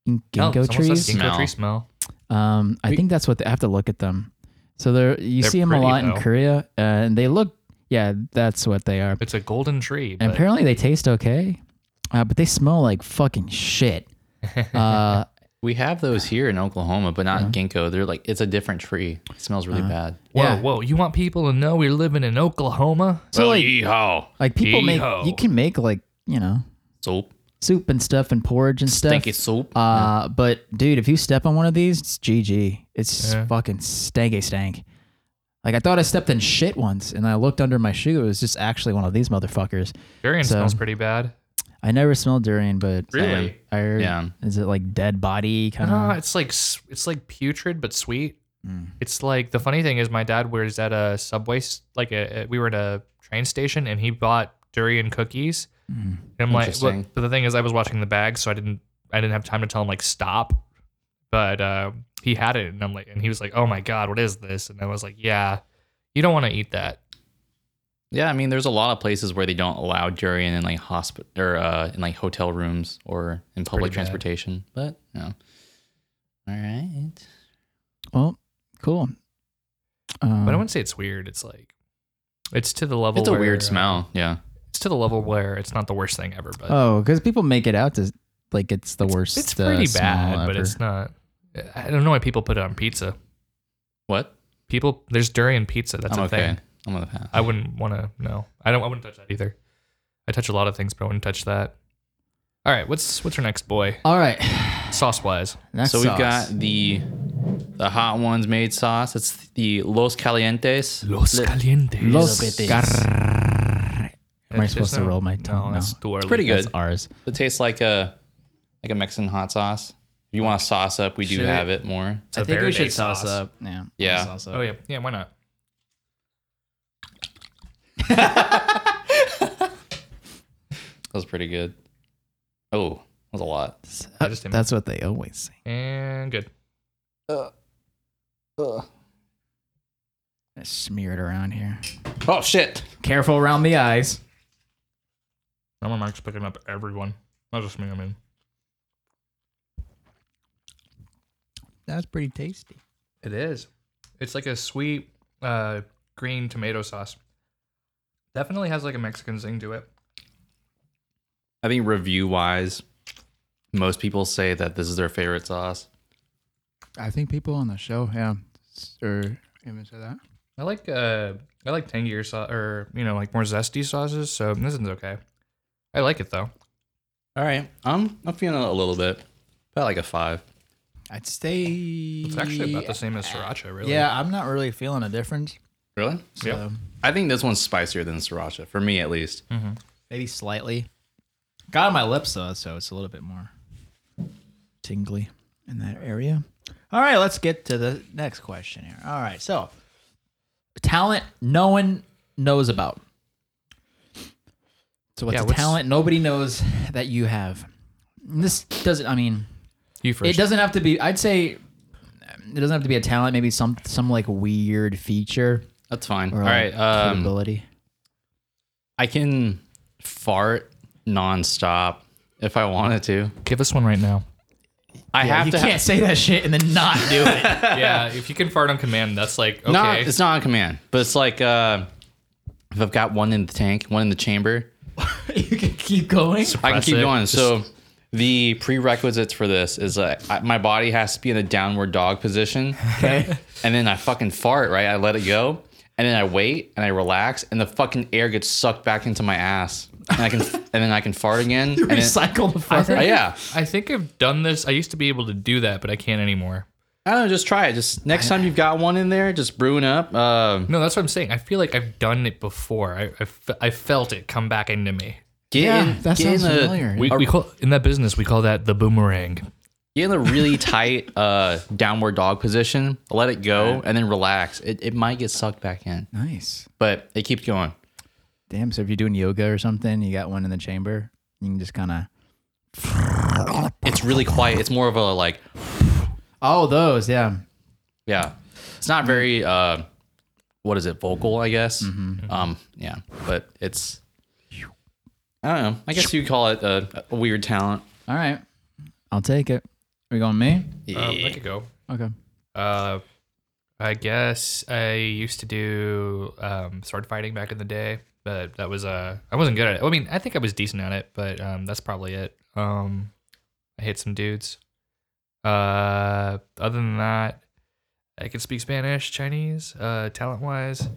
S1: Gin-
S2: No,
S1: ginkgo
S2: someone says
S1: trees.
S2: Ginkgo
S3: Smell.
S2: tree smell.
S1: Um, I
S2: We-
S1: think that's what they, I have to look at them. So they're you
S2: They're
S1: see them a
S2: pretty,
S1: lot in
S2: though.
S1: Korea, uh, and they look yeah, that's what they are.
S2: It's a golden tree.
S1: And
S2: but-
S1: apparently they taste okay, uh, but they smell like fucking shit. Uh,
S3: We have those here in Oklahoma, but not ginkgo. They're like it's a different tree. It smells really bad.
S2: whoa,
S1: yeah.
S2: whoa! You want people to know we're living in Oklahoma?
S1: so like,
S3: yeehaw.
S1: like people make
S2: Yee-ho.
S1: you can make like you know
S3: Soap.
S1: soup and stuff and porridge and stuff.
S3: Stinky soap.
S1: Uh, but dude, if you step on one of these, it's GG. It's
S2: Yeah.
S1: fucking stanky stank. Like I thought I stepped in shit once, and I looked under my shoe. It was just actually one of these motherfuckers.
S2: Durian
S1: So-
S2: smells pretty bad.
S1: I never smelled durian, but
S2: Really?
S1: I heard,
S3: Yeah.
S1: Is it like dead body kind of?
S2: No, it's like s- it's like putrid but sweet. It's like the funny thing is my dad was at a subway s- like a, a- we were at a train station and he bought durian cookies. And I'm like, well,
S3: Interesting.
S2: but the thing is, I was watching the bag, so I didn't I didn't have time to tell him like stop. But uh, he had it, and I'm like, and he was like, oh my god, what is this? And I was like, yeah, you don't want to eat that.
S3: Yeah, I mean, there's a lot of places where they don't allow durian in like hospital or uh, in like hotel rooms or in public
S2: bad.
S3: transportation. But no. All right.
S1: Well, cool. Um,
S2: But I wouldn't say it's weird. It's like it's to the level.
S3: It's a
S2: where,
S3: weird
S2: uh,
S3: smell. Yeah.
S2: It's to the level where it's not the worst thing ever, but
S1: oh, because people make it out to like it's the worst.
S2: it's
S1: uh,
S2: pretty
S1: smell
S2: bad, but
S1: ever.
S2: it's not. I don't know why people put it on pizza.
S3: What?
S2: People, there's durian pizza. That's
S3: I'm
S2: a
S3: okay.
S2: thing.
S3: I'm gonna pass.
S2: I wouldn't want to. No, I don't. I wouldn't touch that either. I touch a lot of things, but I wouldn't touch that. All right, what's what's your next boy?
S1: all right.
S2: Sauce wise,
S1: Next
S3: so we've
S1: sauce.
S3: got the the hot ones made sauce. It's the Los Calientes.
S2: los
S3: Li-
S2: calientes.
S1: Los
S3: Little bit
S1: Car- Am I supposed to roll my
S2: No,
S1: tongue?
S2: that's too early.
S3: pretty good.
S1: It's ours.
S3: It tastes like a like a Mexican hot sauce. If you want to sauce up, we do
S2: Should
S3: have it more.
S2: It's a Verde sauce.
S1: Yeah.
S3: Yeah.
S1: Sauce up.
S2: Oh yeah, yeah. Why not?
S3: That was pretty good. Oh, that was a lot.
S2: I just didn't-
S1: That's what they always say.
S2: And good.
S1: I smear it around here.
S3: Oh shit!
S1: Careful around the eyes.
S2: Now my mark's picking up everyone. Not just me. I mean,
S1: That's pretty tasty.
S2: it is. It's like a sweet uh, green tomato sauce. Definitely has like a Mexican zing to it.
S3: I think review wise, most people say that this is their favorite sauce.
S4: I think people on the show, yeah, s- or even say that.
S2: I like uh I like tangier sauce or you know like more zesty sauces. So this one's okay. I like it though.
S3: All right, I'm I'm feeling it a little bit, about like a five.
S4: I'd stay.
S2: It's actually about the same as sriracha, really.
S4: Yeah, I'm not really feeling a difference.
S3: Really?
S4: So
S2: Yep.
S3: I think this one's spicier than sriracha for me at least.
S4: maybe slightly.
S1: Got on my lips though, so it's a little bit more tingly in that area.
S4: All right, let's get to the next question here. All right, so
S1: talent no one knows about. So what's
S2: Yeah,
S1: a
S2: what's-
S1: talent nobody knows that you have? And this doesn't. I mean,
S2: You first.
S1: it doesn't have to be. I'd say it doesn't have to be a talent. Maybe some some like weird feature
S3: That's fine.
S1: or
S3: All
S1: like
S3: right. Um,
S1: capability.
S3: I can fart nonstop if I wanted to.
S2: Give us one right now.
S3: I have
S1: you
S3: to.
S1: can't
S3: ha-
S1: say that shit and then not do it.
S2: yeah, if you can fart on command, that's like okay.
S3: Not, it's not on command, but it's like uh, if I've got one in the tank, one in the chamber,
S1: you can keep going.
S3: I can keep
S2: Impressive.
S3: going.
S2: Just-
S3: So the prerequisites for this is uh, I, my body has to be in a downward dog position,
S1: Okay.
S3: and then I fucking fart. Right, I let it go, and then I wait and I relax, and the fucking air gets sucked back into my ass, and I can and then I can fart again. and then-
S1: Recycle the
S2: I
S1: fuck.
S3: Uh,
S2: think,
S3: yeah,
S2: I think I've done this. I used to be able to do that, but I can't anymore.
S3: I don't know. Just try it. Just next time you've got one in there, just brewing up. Uh,
S2: No, that's what I'm saying. I feel like I've done it before. I, I, fe- I felt it come back into me.
S3: get
S1: Yeah,
S3: in,
S1: that
S3: get in
S1: sounds
S3: a-
S1: familiar.
S2: We, we call in that business we call that the boomerang.
S3: Get in a really tight uh, downward dog position. Let it go and then relax. It, it might get sucked back in,
S1: Nice.
S3: but it keeps going.
S1: Damn. So if you're doing yoga or something, you got one in the chamber. You can just kind of.
S3: It's really quiet. It's more of a like,
S1: Oh, those. Yeah.
S3: yeah. It's not very uh, what is it? Vocal, I guess.
S1: Mm-hmm.
S3: Um, yeah, but it's. I don't know. I guess you call it a, a weird talent.
S1: All right. I'll take it. Are we going me?
S2: Um, I could go.
S1: Okay.
S2: Uh, I guess I used to do um, sword fighting back in the day, but that was uh, I wasn't good at it. I mean, I think I was decent at it, but um, that's probably it. Um, I hit some dudes. Uh, other than that, I can speak Spanish, Chinese. Uh, talent wise,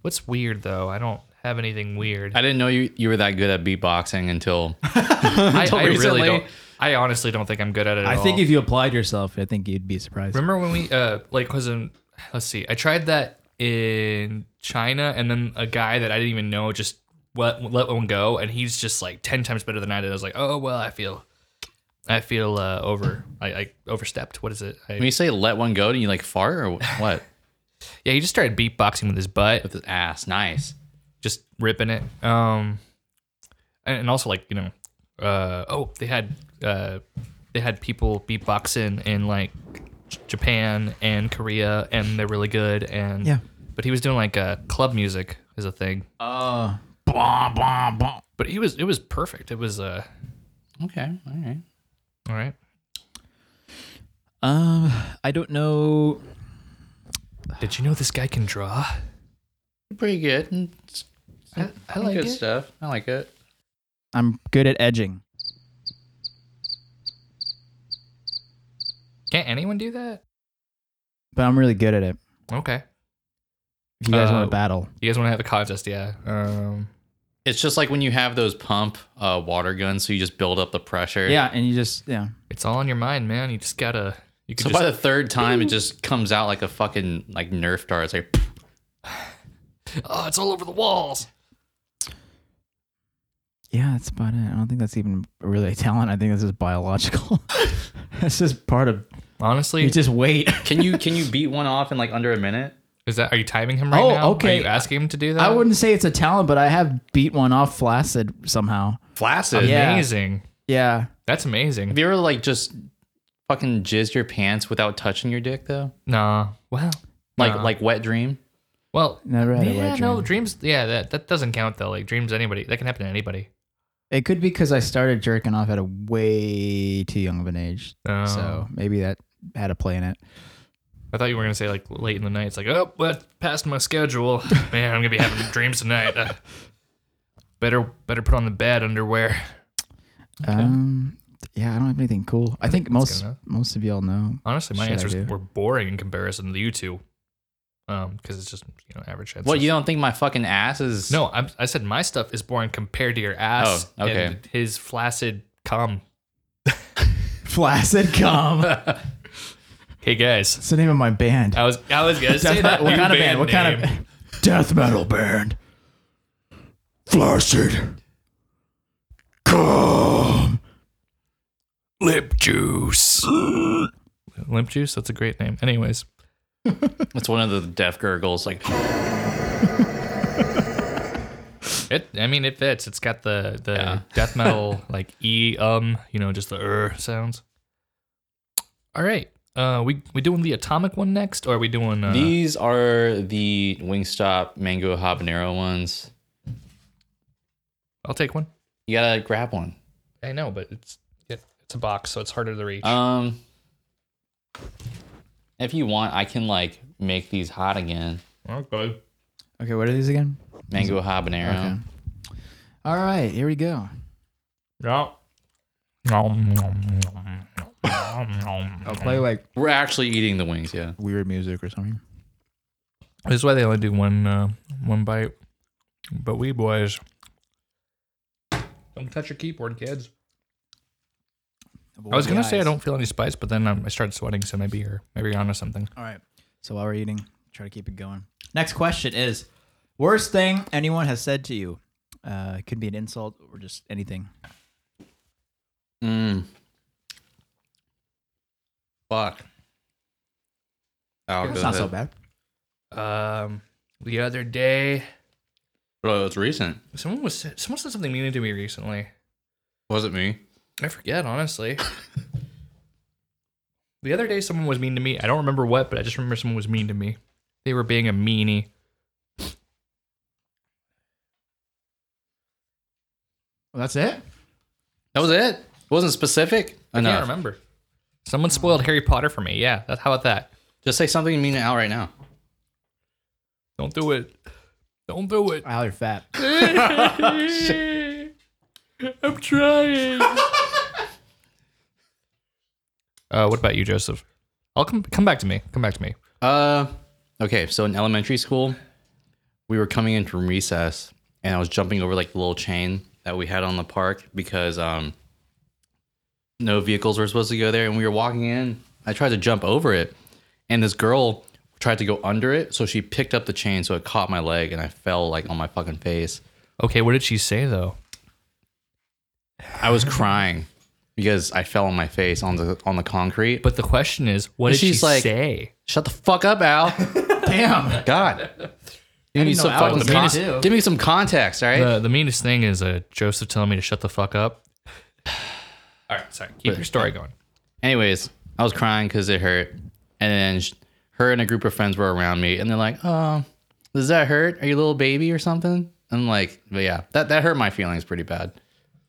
S2: what's weird though? I don't have anything weird.
S3: I didn't know you, you were that good at beatboxing until
S2: I, I really
S3: recently.
S2: don't. I honestly don't think I'm good at it.
S1: I
S2: at
S1: think
S2: all.
S1: if you applied yourself, I think you'd be surprised.
S2: Remember when we uh like was in let's see, I tried that in China and then a guy that I didn't even know just let, let one go and he's just like ten times better than I did. I was like, Oh well I feel I feel uh over I, I overstepped. What is it?
S3: When
S2: I,
S3: you say let one go, do you like fart or what?
S2: yeah, he just started beatboxing with his butt,
S3: With his ass. Nice.
S2: just ripping it. Um and, and also like, you know, uh oh, they had uh they had people beatboxing in like J- Japan and Korea and they're really good and
S1: Yeah.
S2: but he was doing like uh, club music is a thing.
S1: Uh, blah, blah, blah.
S2: But he was it was perfect. It was uh
S3: Okay. All right.
S2: all right.
S1: Um, I don't know.
S2: Did you know this guy can draw?
S3: Pretty good. Mm, It's
S2: I, I like
S3: good
S2: it.
S3: stuff. I like it.
S1: I'm good at edging.
S2: Can't anyone do that?
S1: but I'm really good at it.
S2: Okay.
S1: If you guys
S2: Uh,
S1: want to battle,
S2: You guys want to have a contest? Yeah. Um,
S3: It's just like when you have those pump uh, water guns, so you just build up the pressure.
S1: yeah, and you just yeah,
S2: it's all on your mind, man. You just gotta. You
S3: So
S2: can
S3: by the third time, it just comes out like a fucking like Nerf dart. It's like
S2: just. Oh, it's all over the walls.
S1: yeah, that's about it. I don't think that's even really a talent. I think this is biological. That's just part of
S2: Honestly,
S1: you. Just wait.
S3: can you can you beat one off in like under a minute?
S2: is that are you timing him right
S1: Oh,
S2: now?
S1: okay.
S2: Are you asking him to do that?
S1: I wouldn't say it's a talent, but I have beat one off flaccid somehow.
S3: Flaccid.
S1: Yeah.
S2: Amazing.
S1: Yeah,
S2: That's amazing.
S3: Have you ever like just fucking jizzed your pants without touching your dick though?
S2: Nah. Well.
S3: Like
S2: nah.
S3: like wet dream.
S2: Well.
S1: never had a
S2: yeah.
S1: wet
S2: No
S1: dream.
S2: dreams. Yeah. That that doesn't count though. Like dreams. Anybody that can happen to anybody.
S1: It could be because I started jerking off at a way too young of an age,
S2: Oh.
S1: so maybe that had a play in it.
S2: I thought you were gonna say like late in the night. It's like, oh, that's past my schedule. Man, I'm gonna be having dreams tonight. Uh, better, better put on the bed underwear.
S1: Um, yeah, I don't have anything cool. I, think,
S2: that's
S1: most
S2: good enough.
S1: most of y'all know.
S2: Honestly, my
S1: Shit, I
S2: answers
S1: do.
S2: were boring in comparison to you two, um, because it's just you know average answers.
S3: What you don't think my fucking ass is?
S2: No, I'm, I said my stuff is boring compared to your ass
S3: Oh, okay.
S2: and his flaccid cum.
S1: Flaccid cum.
S2: Hey guys,
S1: It's the name of my band.
S2: I was I was gonna say
S1: Death
S2: that.
S1: metal- what
S2: new
S1: kind of band? What kind
S2: name.
S1: of death metal band? Flaccid. Come.
S2: Limp juice. Limp juice. That's a great name. Anyways,
S3: It's one of the deaf gurgles. Like
S2: It, I mean, it fits. It's got the the death metal like e um, you know, just the er sounds. All right, uh, we we doing the atomic one next, or are we doing uh,
S3: These are the Wingstop mango habanero ones.
S2: I'll take one.
S3: You gotta grab one.
S2: I know, but it's it, it's a box, so it's harder to reach.
S3: Um, if you want, I can like make these hot again.
S2: okay.
S1: Okay, what are these again?
S3: Mango habanero.
S1: Um, All right, here we go.
S2: Yeah.
S1: I'll play like
S3: We're actually eating the wings, yeah.
S1: weird music or something.
S2: This is why they only do one uh, one bite. But we boys, don't touch your keyboard, kids. I was gonna say I don't feel any spice, but then um, I started sweating, so maybe you're maybe you're onto something.
S1: All right. So while we're eating, try to keep it going. Next question is worst thing anyone has said to you. Uh, it could be an insult or just anything.
S3: Mm. Fuck. Oh,
S1: It's not so bad.
S2: Um, the other day,
S3: Bro, it's recent.
S2: someone was someone said something mean to me recently.
S3: Was it me?
S2: I forget, honestly. the other day, someone was mean to me. I don't remember what, but I just remember someone was mean to me. They were being a meanie.
S1: Well, that's it.
S3: That was it. It wasn't specific.
S2: I can't
S3: Enough.
S2: remember. Someone spoiled Harry Potter for me. Yeah, that's how about that?
S3: Just say something mean out right now.
S2: Don't do it. Don't do
S3: Ah,
S2: it.
S1: Wow, you're fat.
S2: I'm trying. uh, what about you, Joseph? I'll come come back to me. Come back to me.
S3: Uh, okay. So in elementary school, we were coming in from recess, and I was jumping over like the little chain that we had on the park because um, no vehicles were supposed to go there, and we were walking in. I tried to jump over it, and this girl tried to go under it, so she picked up the chain, so it caught my leg, and I fell like on my fucking face.
S2: Okay, what did she say though?
S3: I was crying because I fell on my face on the on the concrete. But
S2: But the question is, what
S3: And
S2: did
S3: she's
S2: she
S3: like-
S2: say?
S3: shut the fuck up, Al.
S1: Damn.
S3: God. Give me
S1: know
S3: some
S1: Al was
S3: fucking
S1: mean
S3: con-
S1: too.
S3: give me some context, all right?
S2: The the meanest thing is uh, Joseph telling me to shut the fuck up. All right, sorry. Keep your story going.
S3: Anyways, I was crying because it hurt, and then sh- her and a group of friends were around me, and they're like, "Oh, does that hurt? Are you a little baby or something?" I'm like, "But yeah, that that hurt my feelings pretty bad."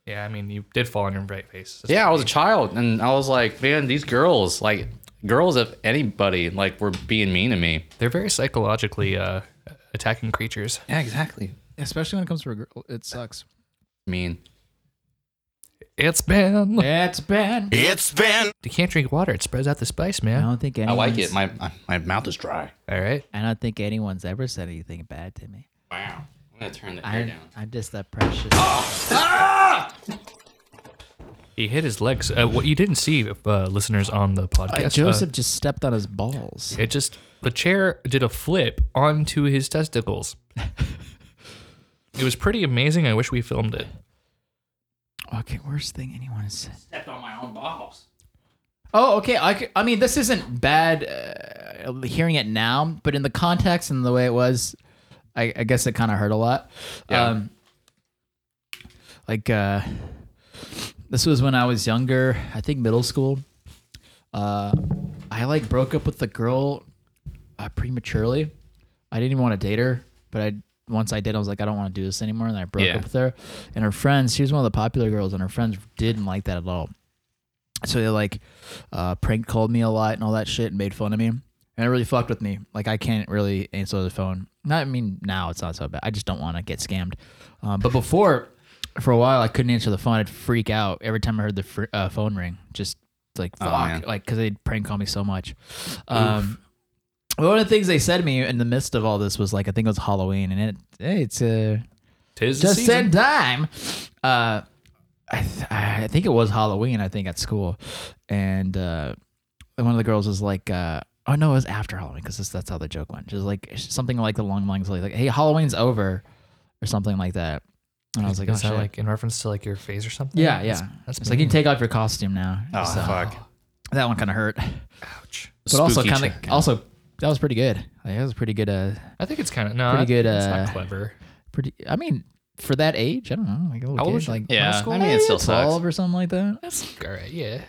S2: Yeah, I mean, you did fall on your right face. That's
S3: Yeah, I was a child, and I was like, "Man, these girls, like girls, if anybody, like were being mean to me."
S2: They're very psychologically uh, attacking creatures.
S3: Yeah, exactly.
S1: Especially when it comes to a girl, it sucks.
S3: Mean.
S2: It's been.
S1: It's bad. I
S2: You can't drink water. It spreads out the spice, man.
S1: don't think
S3: I
S1: anyone's,
S3: like it. My my, my mouth is dry.
S2: All right.
S1: I don't think anyone's ever said anything bad to me.
S3: Wow. I'm gonna turn the
S1: I,
S3: air down.
S1: I'm just that precious.
S2: He hit his legs. Uh, what you didn't see, uh, listeners on the podcast, uh,
S1: Joseph just stepped on his balls.
S2: it just the chair did a flip onto his testicles. it was pretty amazing. I wish we filmed it.
S1: Oh, Okay, worst thing anyone has said. Stepped on my own balls. Oh, okay. I, c- I mean, this isn't bad uh, hearing it now, but in the context and the way it was, I, I guess it kind of hurt a lot. Um, like, uh, this was when I was younger, I think middle school. Uh, I like broke up with the girl uh, prematurely. I didn't even want to date her, but I once I did, I was like, I don't want to do this anymore, and I broke
S3: Yeah.
S1: up with her. And her friends, she was one of the popular girls, and her friends didn't like that at all. So they like uh, prank called me a lot and all that shit, and made fun of me, and it really fucked with me. Like I can't really answer the phone. Not, I mean, now it's not so bad. I just don't want to get scammed. Um, but before, for a while, I couldn't answer the phone. I'd freak out every time I heard the fr- uh, phone ring. Just like fuck,
S3: man.
S1: like because they'd prank call me so much. Um, one of the things they said to me in the midst of all this was like, I think it was Halloween, and it hey, it's uh,
S2: Tis the
S1: just
S2: season.
S1: in time. Uh, I, th- I think it was Halloween. I think at school, and uh, one of the girls was like, uh, "Oh no, it was after Halloween because that's how the joke went." She was like something like along the lines of like, "Hey, Halloween's over,ver," or something like that. And I was like, "Oh
S2: Is that
S1: shit."
S2: like in reference to like your face or something?
S1: yeah, yeah."
S2: that's
S1: it's like you can take off your costume now.
S3: Oh
S1: So
S3: fuck.
S1: That one kind of hurt, but
S3: Spooky
S1: also kind of
S3: chicken.
S1: also that was pretty good. I think that was pretty good. Uh,
S2: I think it's kind of no,
S1: Pretty
S2: I-
S1: good,
S2: It's
S1: uh,
S2: not clever.
S1: pretty. I mean, for that age, I don't know, like a little
S2: How old
S1: kid,
S2: was she?
S1: like
S3: Yeah,
S1: high school
S3: I mean, it still
S1: maybe, twelve
S3: sucks.
S1: or something like that. That's
S2: That's all right. Yeah.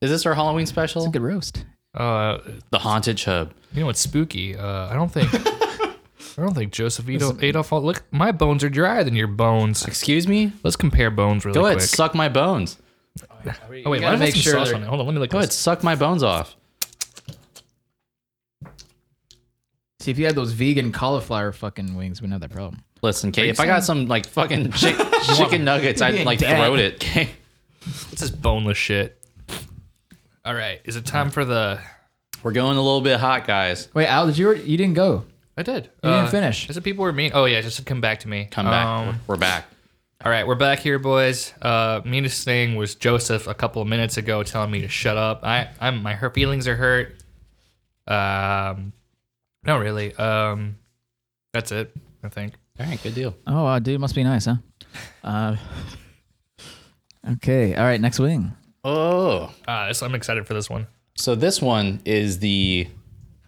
S3: Is this our Halloween special?
S1: a good roast.
S2: Uh,
S3: The Haunted Chub.
S2: you know what's spooky? Uh, I don't think. I don't think Joseph Adolf. Adolf look, my bones are drier than your bones.
S3: Excuse me?
S2: Let's compare bones really
S3: Go ahead,
S2: quick.
S3: suck my bones.
S2: oh wait,
S1: gotta
S2: let me
S1: make
S2: make sure.
S1: sure
S2: Sauce
S1: they're-
S2: on it. Hold on, let me look.
S3: Go ahead,
S2: this-
S3: suck my bones off.
S1: See, if you had those vegan cauliflower fucking wings, we would have that problem.
S3: Listen, Kate, if I got some like fucking chick- chicken nuggets, I'd like
S1: Dad.
S3: throw it. Okay.
S2: This is boneless shit. All right, is it time for the?
S3: We're going a little bit hot, guys.
S1: Wait, Al, did you you didn't go?
S2: I did. Uh,
S1: You didn't finish.
S2: Is it people were mean? Oh yeah, just come back to me.
S3: Come back.
S2: Um,
S3: We're- we're back.
S2: All right, we're back here, boys. Uh, meanest thing was Joseph a couple of minutes ago telling me to shut up. I, I'm my her feelings are hurt. Um, no, really. Um, that's it. I think.
S3: All right, good deal.
S1: Oh, wow, dude, must be nice, huh? Uh, okay, all right, next wing.
S3: Oh.
S2: Uh, so I'm excited for this one.
S3: So this one is the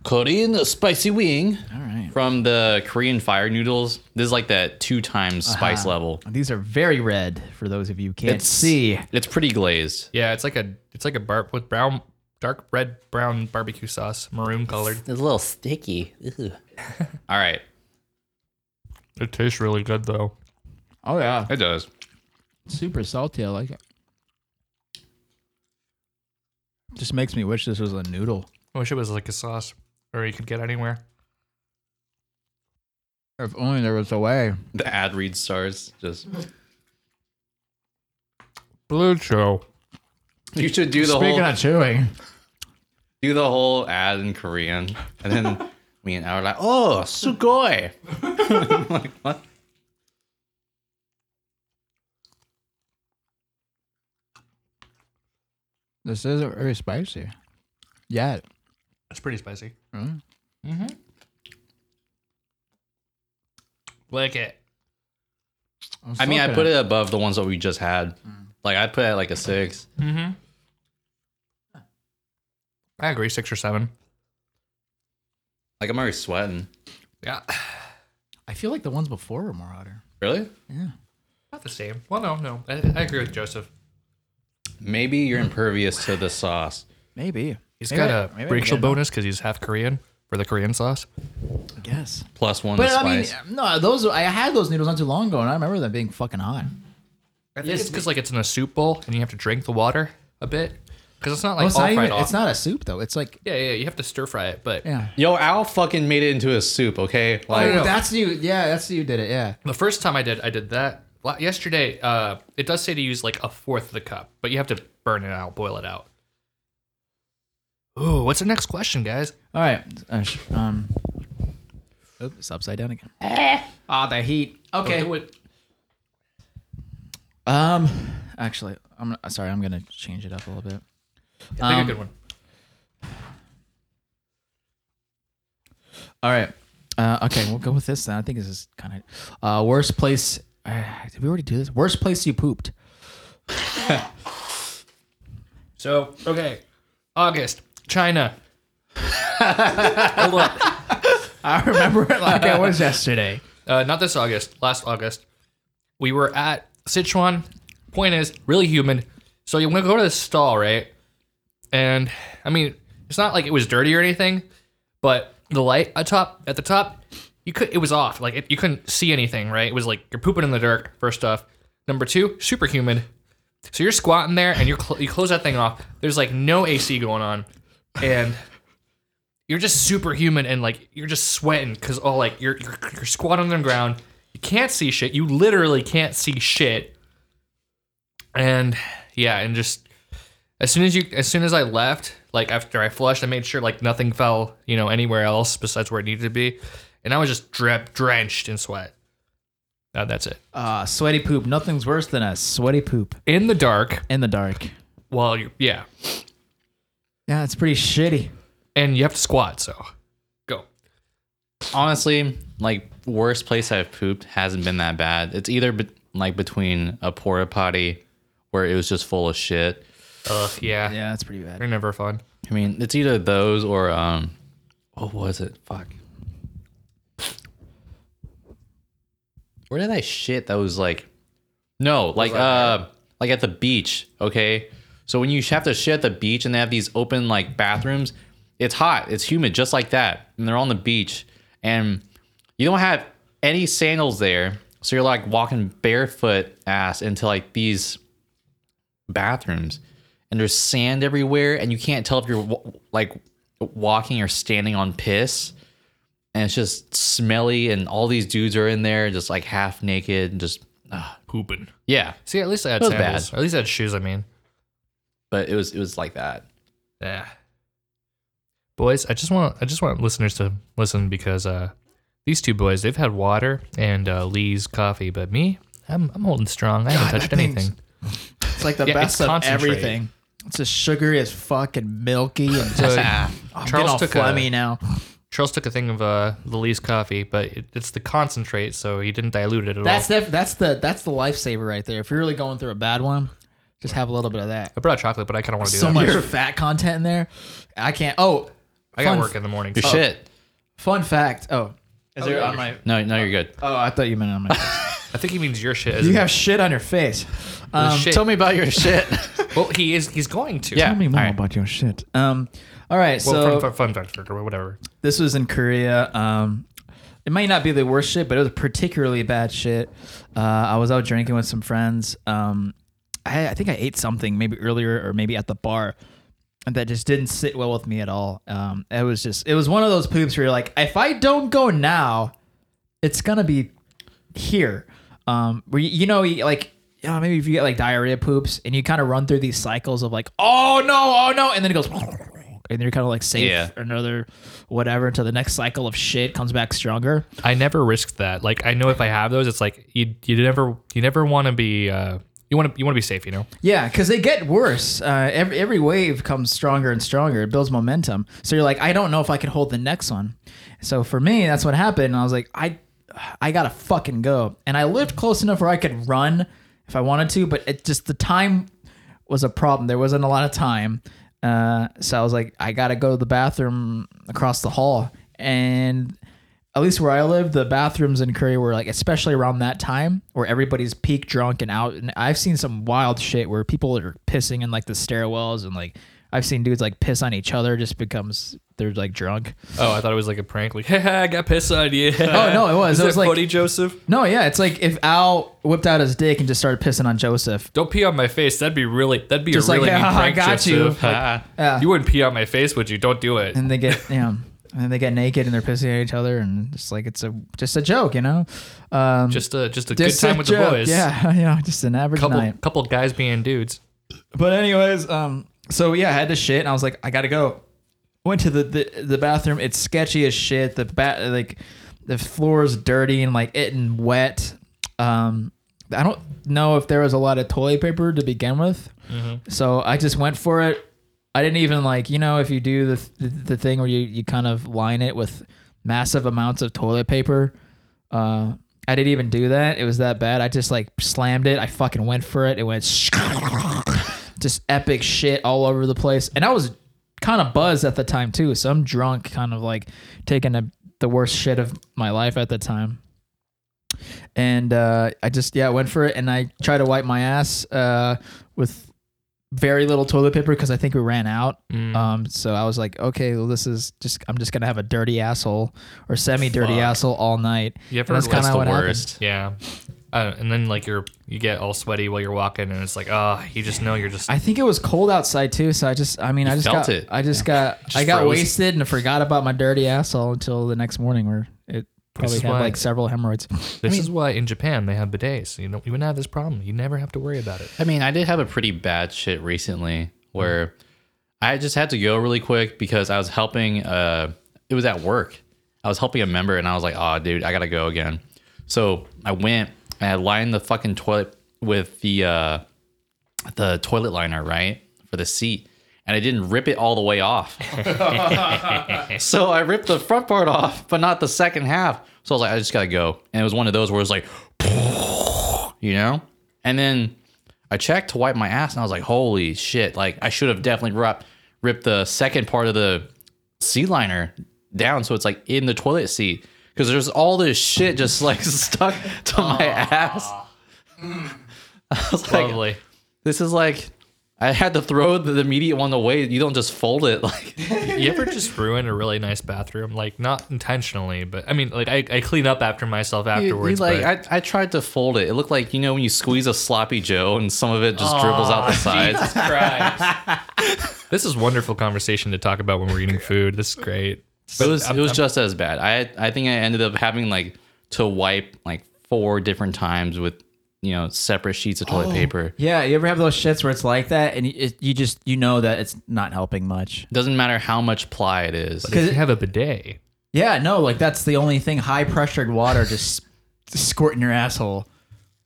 S3: Korean spicy wing
S1: All right,
S3: from the Korean fire noodles. This is like that two times spice level.
S1: these are very red for those of you who can't
S3: It's-
S1: see.
S3: It's pretty glazed.
S2: Yeah, it's like a it's like a bar with brown dark red brown barbecue sauce, maroon colored.
S3: It's a little sticky. All right.
S2: It tastes really good though.
S1: Oh yeah,
S3: It does.
S1: super salty. I like it. Just makes me wish this was a noodle
S2: I wish it was like a sauce, or you could get anywhere.
S1: If only there was a way.
S3: The ad read stars. Just
S2: Blue Chew.
S3: you should do the
S1: Speaking
S3: whole
S1: of chewing,
S3: do the whole ad in Korean, and then me and I were like, "Oh, sugoi!" I'm like what?
S1: this isn't very spicy. Yet.
S2: It's pretty spicy. Mm-hmm.
S1: Mm.
S2: Lick it.
S3: I mean, I put it above the ones that we just had. Like I put it at like a six.
S2: I agree. Six or seven.
S3: Like I'm already sweating.
S2: Yeah.
S1: I feel like the ones before were more hotter.
S3: Really?
S2: Not the same. Well, no, no. I, I agree with Joseph.
S3: Maybe you're impervious to the sauce.
S1: Maybe.
S2: He's
S1: Maybe I-
S2: got
S1: maybe I
S2: a racial
S1: get it,
S2: bonus because he's half Korean for the Korean sauce.
S1: I guess.
S3: Plus one
S1: But
S3: to
S1: I mean,
S3: spice.
S1: no, those I had those noodles not too long ago, and I remember them being fucking hot.
S2: I think it's because like it's in a soup bowl and you have to drink the water a bit because it's not like
S1: Well, Oh, it's,
S2: all
S1: not
S2: fried
S1: even,
S2: off.
S1: it's not a soup though. It's like
S2: yeah, yeah. You have to stir fry it, but
S1: yeah.
S3: Yo, Al fucking made it into a soup. Okay, like
S1: Oh, that's you. Yeah, that's you did it. Yeah.
S2: the first time I did, I did that La- yesterday. Uh, it does say to use like a fourth of the cup, but you have to burn it out, boil it out. Ooh, what's the next question, guys?
S1: All right. Uh, sh- um. Oops, upside down again. Ah, the heat. Okay.
S2: Don't do it.
S1: Um, actually, I'm sorry. I'm gonna change it up a little bit.
S2: Pick a
S1: Um,
S2: good one.
S1: All right. Uh, okay, we'll go with this then. I think this is kind of uh, worst place. Uh, did we already do this? Worst place you pooped.
S2: So okay, August, China.
S1: I remember it like it was yesterday.
S2: uh, not this August, last August, we were at Sichuan. Point is, really humid. So you want to go to the stall, right? And I mean, it's not like it was dirty or anything, but the light at top at the top, you could it was off. Like it, you couldn't see anything, right? It was like you're pooping in the dirt. First off, number two, super humid. So you're squatting there and you're cl- you close that thing off. There's like no AC going on, and you're just superhuman and like you're just sweating because all like you're, you're you're squatting on the ground. You can't see shit. You literally can't see shit. And yeah, and just as soon as you as soon as I left, like after I flushed, I made sure like nothing fell you know anywhere else besides where it needed to be, and I was just drip, drenched in sweat. Uh, that's it.
S1: Uh, sweaty poop. Nothing's worse than a sweaty poop
S2: In the dark,
S1: in the dark.
S2: while you're yeah,
S1: Yeah, it's pretty shitty.
S2: and you have to squat. So go.
S3: honestly, like worst place I've pooped hasn't been that bad. It's either be- like between a porta potty where it was just full of shit.
S2: Ugh, yeah,
S1: Yeah, that's pretty bad.
S2: they're never fun.
S3: I mean, it's either those or um, What was it? Fuck. Where did I shit that was like No, like uh like at the beach, okay? So when you have to shit at the beach and they have these open like bathrooms, it's hot, it's humid just like that. And they're on the beach and you don't have any sandals there. So you're like walking barefoot ass into like these bathrooms and there's sand everywhere and you can't tell if you're wa- like walking or standing on piss and it's just smelly and all these dudes are in there just like half naked and just ah.
S2: Pooping.
S3: yeah
S2: See, at least I had
S3: That was
S2: sandals.
S3: bad.
S2: Or at least I had shoes. I mean,
S3: but it was it was like that
S2: yeah. Boys, I just want I just want listeners to listen because uh, these two boys they've had water and uh, Lee's coffee, but me, I'm I'm holding strong. I haven't touched anything.
S1: It's like the
S2: Yeah,
S1: best
S2: it's
S1: of
S2: concentrate.
S1: everything. It's as sugary as fucking milky and
S2: So,
S1: just I'm getting
S2: Charles
S1: all
S2: took
S1: phlegmy
S2: a
S1: now.
S2: Charles took a thing of uh, the Lee's coffee, but it, it's the concentrate, so he didn't dilute it at
S1: That's
S2: all.
S1: the that's the that's the lifesaver right there. If you're really going through a bad one, just have a little bit of that.
S2: I brought chocolate, but I kind of want to do
S1: So
S2: that.
S1: much fat content in there. I can't. Oh,
S2: I got
S1: fun-
S2: work in the morning.
S3: your
S2: so-
S3: shit
S1: Fun fact. Oh, is there on my?
S3: no no you're good
S1: Oh, I thought you meant on my.
S2: I think he means your shit. As
S1: you
S2: in-
S1: have shit on your face. Um,
S2: shit.
S1: Tell me about your shit.
S2: well, he is. He's going to.
S3: yeah
S5: Tell me more
S3: all right.
S5: about your shit.
S1: um. All right.
S2: Well,
S1: so
S2: fun, fun, fun fact or whatever.
S1: this was in Korea. Um, it might not be the worst shit, but it was particularly bad shit. Uh, I was out drinking with some friends. Um, I, I think I ate something maybe earlier or maybe at the bar and that just didn't sit well with me at all. Um, it was just, it was one of those poops where you're like, if I don't go now, it's going to be here. Um, where you, you know, you, like, you know, maybe if you get like diarrhea poops and you kind of run through these cycles of like, oh no, oh no. And then it goes, and you're kind of like safe
S3: Yeah.
S1: another whatever until the next cycle of shit comes back stronger.
S2: I never risked that. Like I know if I have those, it's like you you never you never want to be uh, you want to you want to be safe. You know.
S1: Yeah, because they get worse. Uh, every every wave comes stronger and stronger. It builds momentum. So you're like, I don't know if I can hold the next one. So for me, that's what happened. And I was like, I, I gotta fucking go. And I lived close enough where I could run if I wanted to, but it just the time was a problem. There wasn't a lot of time. Uh, so I was like, I gotta go to the bathroom across the hall. And at least where I live, the bathrooms in Korea were like, especially around that time where everybody's peak drunk and out. And I've seen some wild shit where people are pissing in like the stairwells and like I've seen dudes like piss on each other just becomes they're like drunk.
S2: Oh, I thought it was like a prank. Like, I got pissed on you.
S1: Oh no, it was.
S2: Is
S1: it was
S2: that
S1: like
S2: funny, Joseph?
S1: no, yeah, it's like if Al whipped out his dick and just started pissing on Joseph.
S2: Don't pee on my face. That'd be really. That'd be
S1: Just
S2: a
S1: like,
S2: really mean
S1: "Ah, I
S2: prank,
S1: got you."
S2: Joseph.
S3: Ah.
S1: Yeah,
S2: You wouldn't pee on my face, would you? Don't do it.
S1: and they get yeah, and they get naked and they're pissing at each other and just like it's a just a joke, you know. Um,
S2: Just a just a
S1: just
S2: good time
S1: a
S2: with
S1: joke.
S2: the boys.
S1: Yeah, yeah, just an average
S2: Couple
S1: night.
S2: couple guys being dudes.
S1: But anyways, um, so yeah, I had to shit, and I was like, I gotta go. Went to the the, the bathroom. It's sketchy as shit. The bat like the floor is dirty and like it and wet. Um, I don't know if there was a lot of toilet paper to begin with, so I just went for it. I didn't even like you know if you do the the, the thing where you you kind of line it with massive amounts of toilet paper. Uh, I didn't even do that. It was that bad. I just like slammed it. I fucking went for it. It went just epic shit all over the place. And I was kind of buzzed at the time too, so I'm drunk, kind of like taking a, the worst shit of my life at the time. And uh, I just yeah went for it, and I tried to wipe my ass uh, with very little toilet paper because I think we ran out.
S2: Mm.
S1: Um, so I was like, okay, well this is just I'm just gonna have a dirty asshole or semi dirty
S3: Fuck.
S1: asshole all night.
S2: You ever
S1: And that's
S2: heard
S1: kind
S2: what's
S1: of
S3: the
S1: what happened.
S3: worst
S2: Yeah. Uh, and then like you're you get all sweaty while you're walking, and it's like, ah, you just know you're just.
S1: I think it was cold outside too, so I just I mean I just
S3: felt
S1: got
S3: it.
S1: I just got I got
S3: froze.
S1: wasted and forgot about my dirty asshole until the next morning where it probably
S2: is
S1: had
S2: why-
S1: like several hemorrhoids.
S2: this is why in Japan they have bidets. You don't you wouldn't have this problem. You never have to worry about it.
S3: I mean, I did have a pretty bad shit recently where I just had to go really quick because I was helping. Uh, it was at work. I was helping a member, and I was like, "Oh, dude, I gotta go again." So I went and I lined the fucking toilet with the uh, the toilet liner, right, for the seat, and I didn't rip it all the way off. so I ripped the front part off, but not the second half. So I was like, I just gotta go. And it was one of those where it's like, you know? And then I checked to wipe my ass and I was like, holy shit. Like I should have definitely ripped ripped the second part of the sea liner down, so it's like in the toilet seat because there's all this shit just like stuck to my ass. I was like,
S2: Lovely.
S3: this is like, I had to throw the, the immediate one away. You don't just fold it like.
S2: you ever just ruin a really nice bathroom? Like not intentionally, but I mean, like I, I clean up after myself
S3: You- you,
S2: afterwards.
S3: like
S2: but-
S3: I, I tried to fold it. It looked like you know when you squeeze a sloppy Joe and some of it just dribbles out the sides.
S2: this is wonderful conversation to talk about when we're eating food. This is great.
S3: But it was it was just as bad. I I think I ended up having like to wipe like four different times with you know separate sheets of toilet paper.
S1: Yeah, you ever have those shits where it's like that, and you, it, you just you know that it's not helping much.
S3: Doesn't matter how much ply it is.
S2: Because you have a bidet.
S1: Yeah, no, like that's the only thing. High pressured water just squirting your asshole.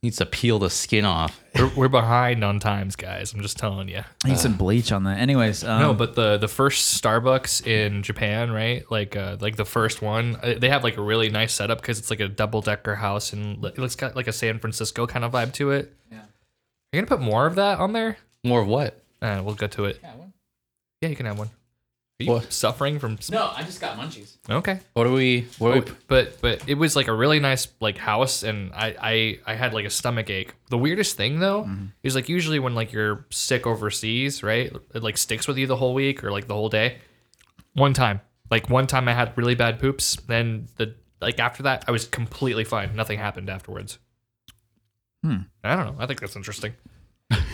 S3: needs to peel the skin off.
S2: We're, we're behind on times, guys. I'm just telling you.
S1: I need some bleach on that. Anyways, um,
S2: No, but the the first Starbucks in Japan, right? Like uh, like the first one, uh, they have like a really nice setup because it's like a double decker house and li- it looks got like a San Francisco kind of vibe to it. Yeah. Are you gonna put more of that on there?
S3: More of what?
S2: Uh, we'll go to it. Yeah, you can have one. Are you
S3: What?
S2: suffering from? s-
S4: No, I just got munchies.
S2: Okay.
S3: What are we? What are we?
S2: But but it was like a really nice like house, and I I, I had like a stomach ache. The weirdest thing though
S1: Mm-hmm.
S2: is like usually when like you're sick overseas, right? It like sticks with you the whole week or like the whole day. One time, like one time, I had really bad poops. Then the like after that, I was completely fine. Nothing happened afterwards.
S1: Hmm.
S2: I don't know. I think that's interesting.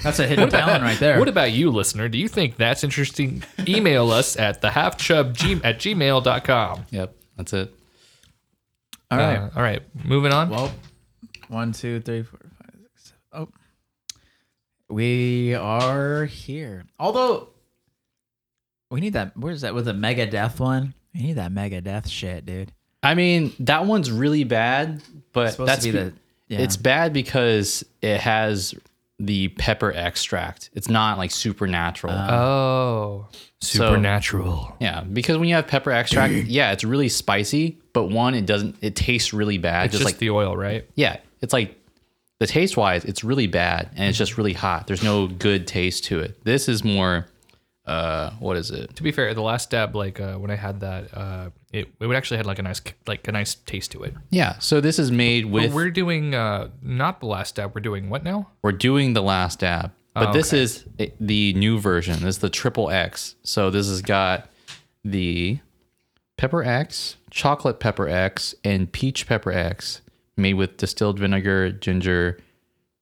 S1: that's a hidden talent right there.
S2: What about you, listener? Do you think that's interesting? Email us at the half chub g- at gmail.com.
S3: Yep, that's it.
S1: All right,
S2: Uh, all right, moving on.
S1: well, one, two, three, four, five, six, seven. Oh, we are here. Although we need that. Where's that with the mega death one? We need that mega death shit, dude.
S3: I mean that one's really bad, but
S1: It's supposed
S3: that's
S1: to be the. Yeah.
S3: It's bad because it has the pepper extract. It's not like supernatural.
S2: Oh, supernatural.
S3: yeah, because when you have pepper extract, yeah, it's really spicy, but one, it doesn't. It tastes really bad.
S2: It's just,
S3: like
S2: the oil, right?
S3: yeah, it's like the taste wise, it's really bad and it's just really hot. There's no good taste to it. This is more, uh, what is it?
S2: To be fair, the last dab, like uh, when I had that, uh, it it would actually had like a nice like a nice taste to it.
S3: Yeah, so this is made
S2: But
S3: with. We're,
S2: we're doing uh, not the last dab. We're doing what now?
S3: doing the last dab, but
S2: Oh,
S3: this is i- the new version. This is the triple X. So this has got the pepper X, chocolate pepper X, and peach pepper X, made with distilled vinegar, ginger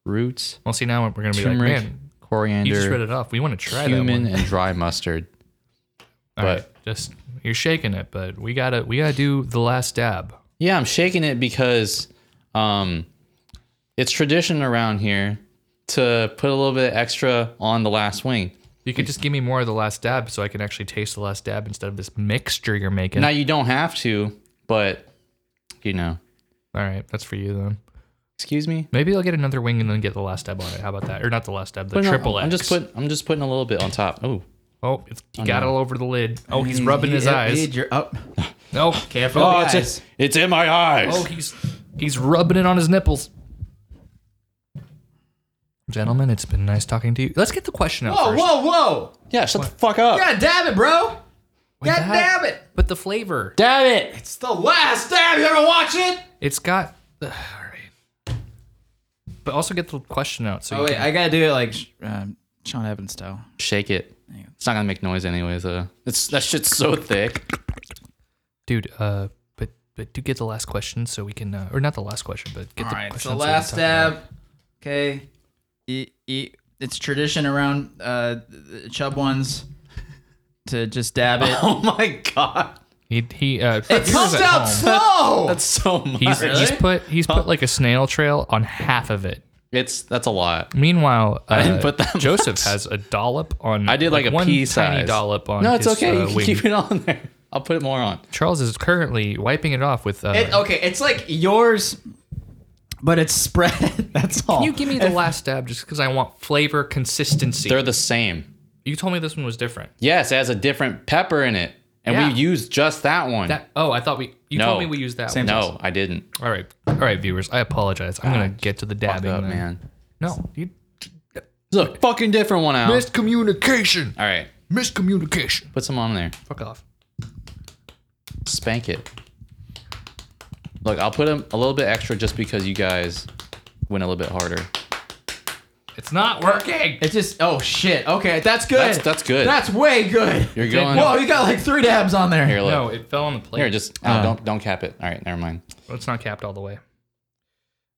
S3: roots,
S2: Well, see now we're gonna be
S3: turmeric,
S2: like, man, you just read
S3: coriander,
S2: it off. We want to try
S3: cumin,
S2: that
S3: and dry mustard.
S2: one. All right, just you're shaking it, but we gotta we gotta do the last dab.
S3: Yeah, I'm shaking it because um, it's tradition around here to put a little bit extra on the last wing.
S2: You could just give me more of the last dab so I can actually taste the last dab instead of this mixture you're making.
S3: Now you don't have to, but you know.
S2: All right, that's for you then.
S3: Excuse me.
S2: Maybe I'll get another wing and then get the last dab on it. How about that? Or not the last dab, the
S3: Put it on-
S2: triple X.
S3: I'm just putting. I'm just putting a little bit on top. Oh,
S2: Oh, it's, he got it all over the lid. Oh, he's rubbing his
S1: He- he-
S2: eyes.
S1: he- oh,
S2: No, careful.
S1: Oh, it's Guys.
S3: it's in my eyes.
S2: Oh, he's he's rubbing it on his nipples. Gentlemen, it's been nice talking to you. Let's get the question out
S1: whoa,
S2: first.
S1: whoa, whoa!
S3: yeah, shut the fuck up.
S1: God damn it, bro!
S2: Wait,
S1: God
S2: that-
S1: damn it!
S2: But the flavor,
S3: Damn it.
S1: It's the last damn you ever watch it.
S2: it's got. all right. But also get the question out. So
S1: Oh
S2: you
S1: wait,
S2: can-
S1: I gotta do it like um, Sean Evans style.
S3: Shake it. It's not gonna make noise anyway. So it's that shit's so thick.
S2: dude. Uh, but but do get the last question so we can, uh, or not the last question, but get
S1: All
S2: the
S1: right, it's
S2: question.
S1: the
S2: out so we
S1: last
S2: can talk about it.
S1: dab. Okay, E- e- it's tradition around uh, the Chub ones to just dab it.
S3: Oh my god,
S2: He he. Uh,
S1: it
S2: he was
S1: comes
S2: at
S1: out
S2: home.
S1: slow.
S3: that's so much.
S2: He's, he's
S1: Really?
S2: put he's put like a snail trail on half of it.
S3: it's that's a lot.
S2: Meanwhile, uh,
S3: didn't put that
S2: Joseph
S3: much.
S2: has a dollop on.
S3: I did like, a
S2: one
S3: pea
S2: tiny
S3: size.
S2: dollop on.
S3: No, it's
S2: his,
S3: okay.
S2: uh,
S3: you can
S2: wing.
S3: keep it on there. I'll put more on.
S2: Charles is currently wiping it off with. Uh,
S1: It-
S3: oh.
S1: okay, it's like yours, but it's spread. That's all.
S2: can you give me the last dab just because I want flavor consistency?
S3: They're the same.
S2: you told me this one was different.
S3: Yes, it has a different pepper in it, and
S2: Yeah.
S3: we used just that one.
S2: That oh, I thought we. You
S3: No.
S2: told me we used that. one.
S3: no, I didn't.
S2: All right, all right, viewers. I apologize. I'm gonna get to the dabbing.
S3: Up,
S2: then.
S3: Oh, man.
S2: No, you
S3: It's a fucking different one out.
S2: miscommunication.
S3: All right,
S2: Miscommunication.
S3: put some on there.
S2: Fuck off.
S3: Spank it. Look, I'll put 'em a little bit extra just because you guys went a little bit harder.
S2: It's not working.
S4: It's just oh shit. Okay, that's good.
S3: That's- that's good.
S4: That's way good.
S3: You're going.
S4: Whoa, you got like three dabs on there.
S3: Here, look.
S2: No, it fell on the plate.
S3: Here, just
S1: Uh.
S3: no, don't don't cap it. All right, never mind.
S2: Well, it's not capped all the way.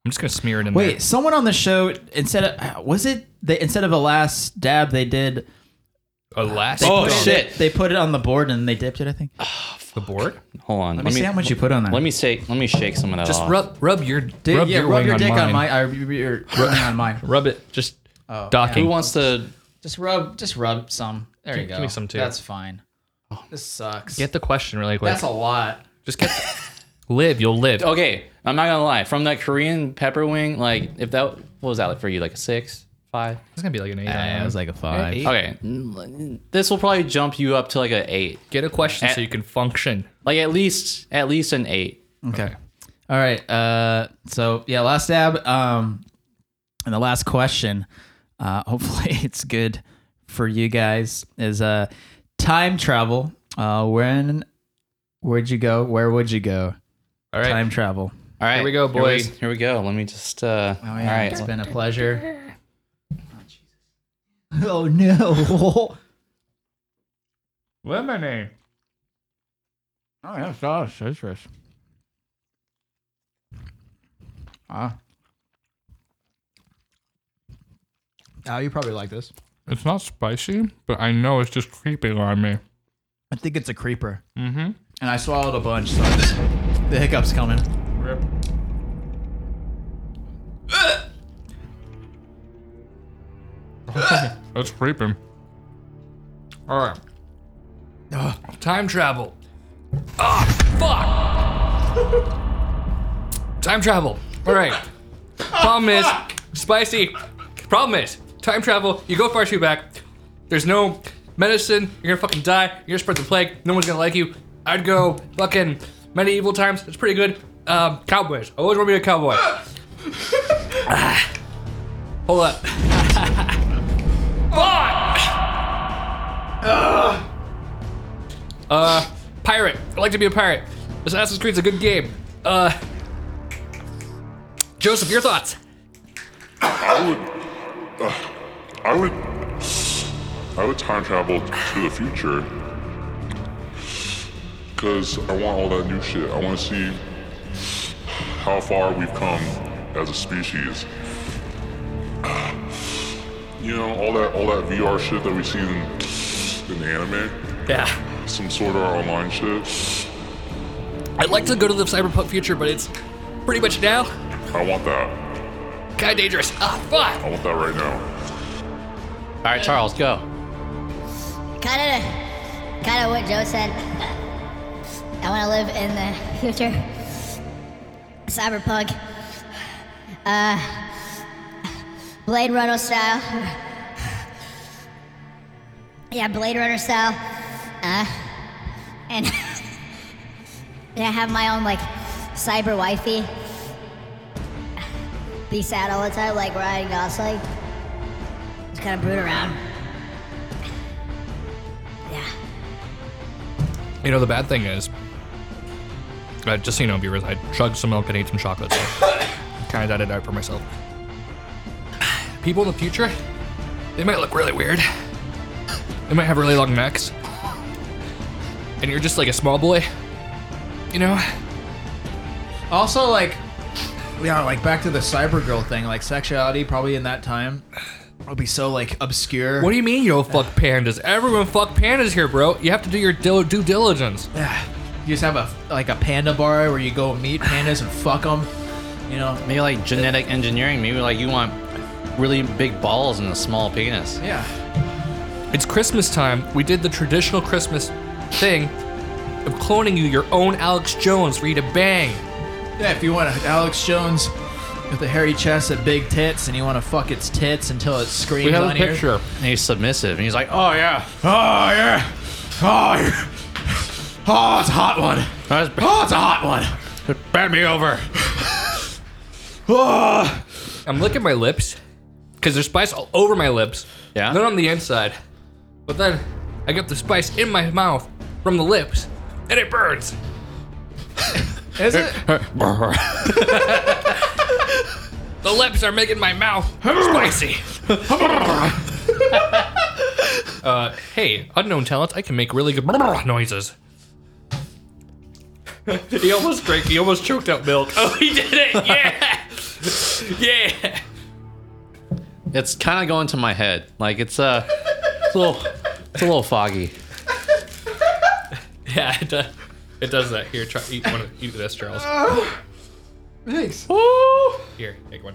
S2: I'm just gonna smear it in
S1: Wait, someone on the show instead of uh, was it they instead of a last dab they did
S2: there. A last
S3: Oh,
S1: they-
S3: shit.
S1: they put it on the board and they dipped it I think.
S2: the board.
S3: Hold on.
S1: Let me see how much you put on there.
S3: Let me shake. Let me shake some of that
S2: Just
S3: off.
S2: rub rub your
S1: Dude,
S2: rub
S1: yeah,
S2: your
S1: rub
S2: wing
S1: your
S2: on
S1: dick
S2: mine.
S1: on my I, your, your wing on mine.
S2: Rub it. Just
S1: Oh,
S3: Who
S2: docking.
S3: wants to
S1: Just rub just rub some. There you
S2: Give-
S1: go.
S2: give me some, too. Oh.
S1: That's fine. This sucks.
S2: Get the question really quick.
S1: That's a lot.
S2: Just get live. You'll live.
S3: okay, I'm not gonna lie. From that Korean pepper wing, like if that what was that like for you, like a six, five?
S2: It's gonna be like an eight.
S1: Yeah,
S2: I
S1: it was like a 5.
S3: Okay, this will probably jump you up to like a eight,
S2: get a question
S3: At-
S2: so you can function.
S3: like at least at least an eight.
S1: Okay. All right. Uh, so yeah, last dab. Um, and the last question. Uh, hopefully it's good for you guys. Is uh, time travel. Uh, when? Where'd you go? Where would you go?
S2: All right.
S1: Time travel.
S3: All right,
S2: Here we go,
S3: we-
S2: boys.
S3: Here we, go. Let me just. Uh,
S1: Oh,
S3: all
S1: yeah,
S3: right.
S1: It's been a pleasure. Oh no!
S2: Lemonade.
S4: Oh yeah, that's delicious. Ah. Oh, you probably like this.
S2: It's not spicy, but I know it's just creeping on me.
S4: I think it's a creeper.
S2: Mm-hmm.
S4: And I swallowed a bunch, so the hiccup's coming.
S2: Rip. That's creeping. All right. Time travel. Ah, fuck. time travel. All right. Problem is, spicy. Problem is, time travel. You go far too back. There's no medicine. You're gonna fucking die. You're gonna spread the plague. No one's gonna like you. I'd go fucking medieval times. It's pretty good. Um, cowboys. I always want to be a cowboy. Ah. Hold up. Fuck. Uh, pirate. I like to be a pirate. Assassin's Creed's a good game. Uh, Joseph, your thoughts?
S6: uh, I would I would time travel to the future because I want all that new shit. I want to see how far we've come as a species. You know, all that all that VR shit that we see in in anime,
S2: Yeah.
S6: some sort of online shit.
S2: I'd like to go to the cyberpunk future, but it's pretty much now.
S6: I want that.
S2: Kind of dangerous. Ah, fuck.
S6: I want that right now.
S3: All right, Charles, go.
S7: Kind of, kind of what Joe said. I want to live in the future, cyberpunk, uh, Blade Runner style. Yeah, Blade Runner style. Uh, and yeah, I have my own like cyber wifey. Be sad all the time, like Ryan Gosling. Just kind of brood around. Yeah.
S2: You know, the bad thing is, uh, just so you know, viewers, I chugged some milk and ate some chocolate, so kind of died it out for myself. People in the future, they might look really weird. They might have really long necks. And you're just like a small boy, you know?
S4: Also, like, yeah, like back to the cyber girl thing. Like sexuality, probably in that time, will be so like obscure.
S2: What do you mean you don't fuck pandas? Everyone fuck pandas here, bro. You have to do your dil- due diligence.
S4: You just have a like a panda bar where you go meet pandas and fuck them. You know?
S3: Maybe like genetic engineering. Maybe like you want really big balls and a small penis.
S4: Yeah.
S2: It's Christmas time. We did the traditional Christmas thing of cloning you your own Alex Jones for you to bang.
S4: Yeah, if you want a Alex Jones with a hairy chest and big tits, and you want to fuck its tits until it screams
S2: We have a
S4: on you.
S2: picture.
S3: And he's submissive, and he's like, "Oh yeah,
S4: Oh yeah. Oh yeah. Oh, it's a hot one.
S3: that's
S4: Oh, it's a hot one.
S3: bend me over."
S4: Oh.
S2: I'm licking my lips because there's spice all over my lips.
S3: Yeah?
S2: Not on the inside. But then I get the spice in my mouth from the lips. and it burns.
S4: Is it?
S2: The lips are making my mouth spicy. uh, hey, unknown talent, I can make really good noises. he almost drank. He almost choked up milk. Oh, he did it! Yeah, yeah.
S3: It's kind of going to my head. Like it's uh, it's a little, it's a little foggy.
S2: Yeah, it does, it does that. Here, try eat one. Of, eat this, Charles.
S4: Thanks.
S2: Here, take one.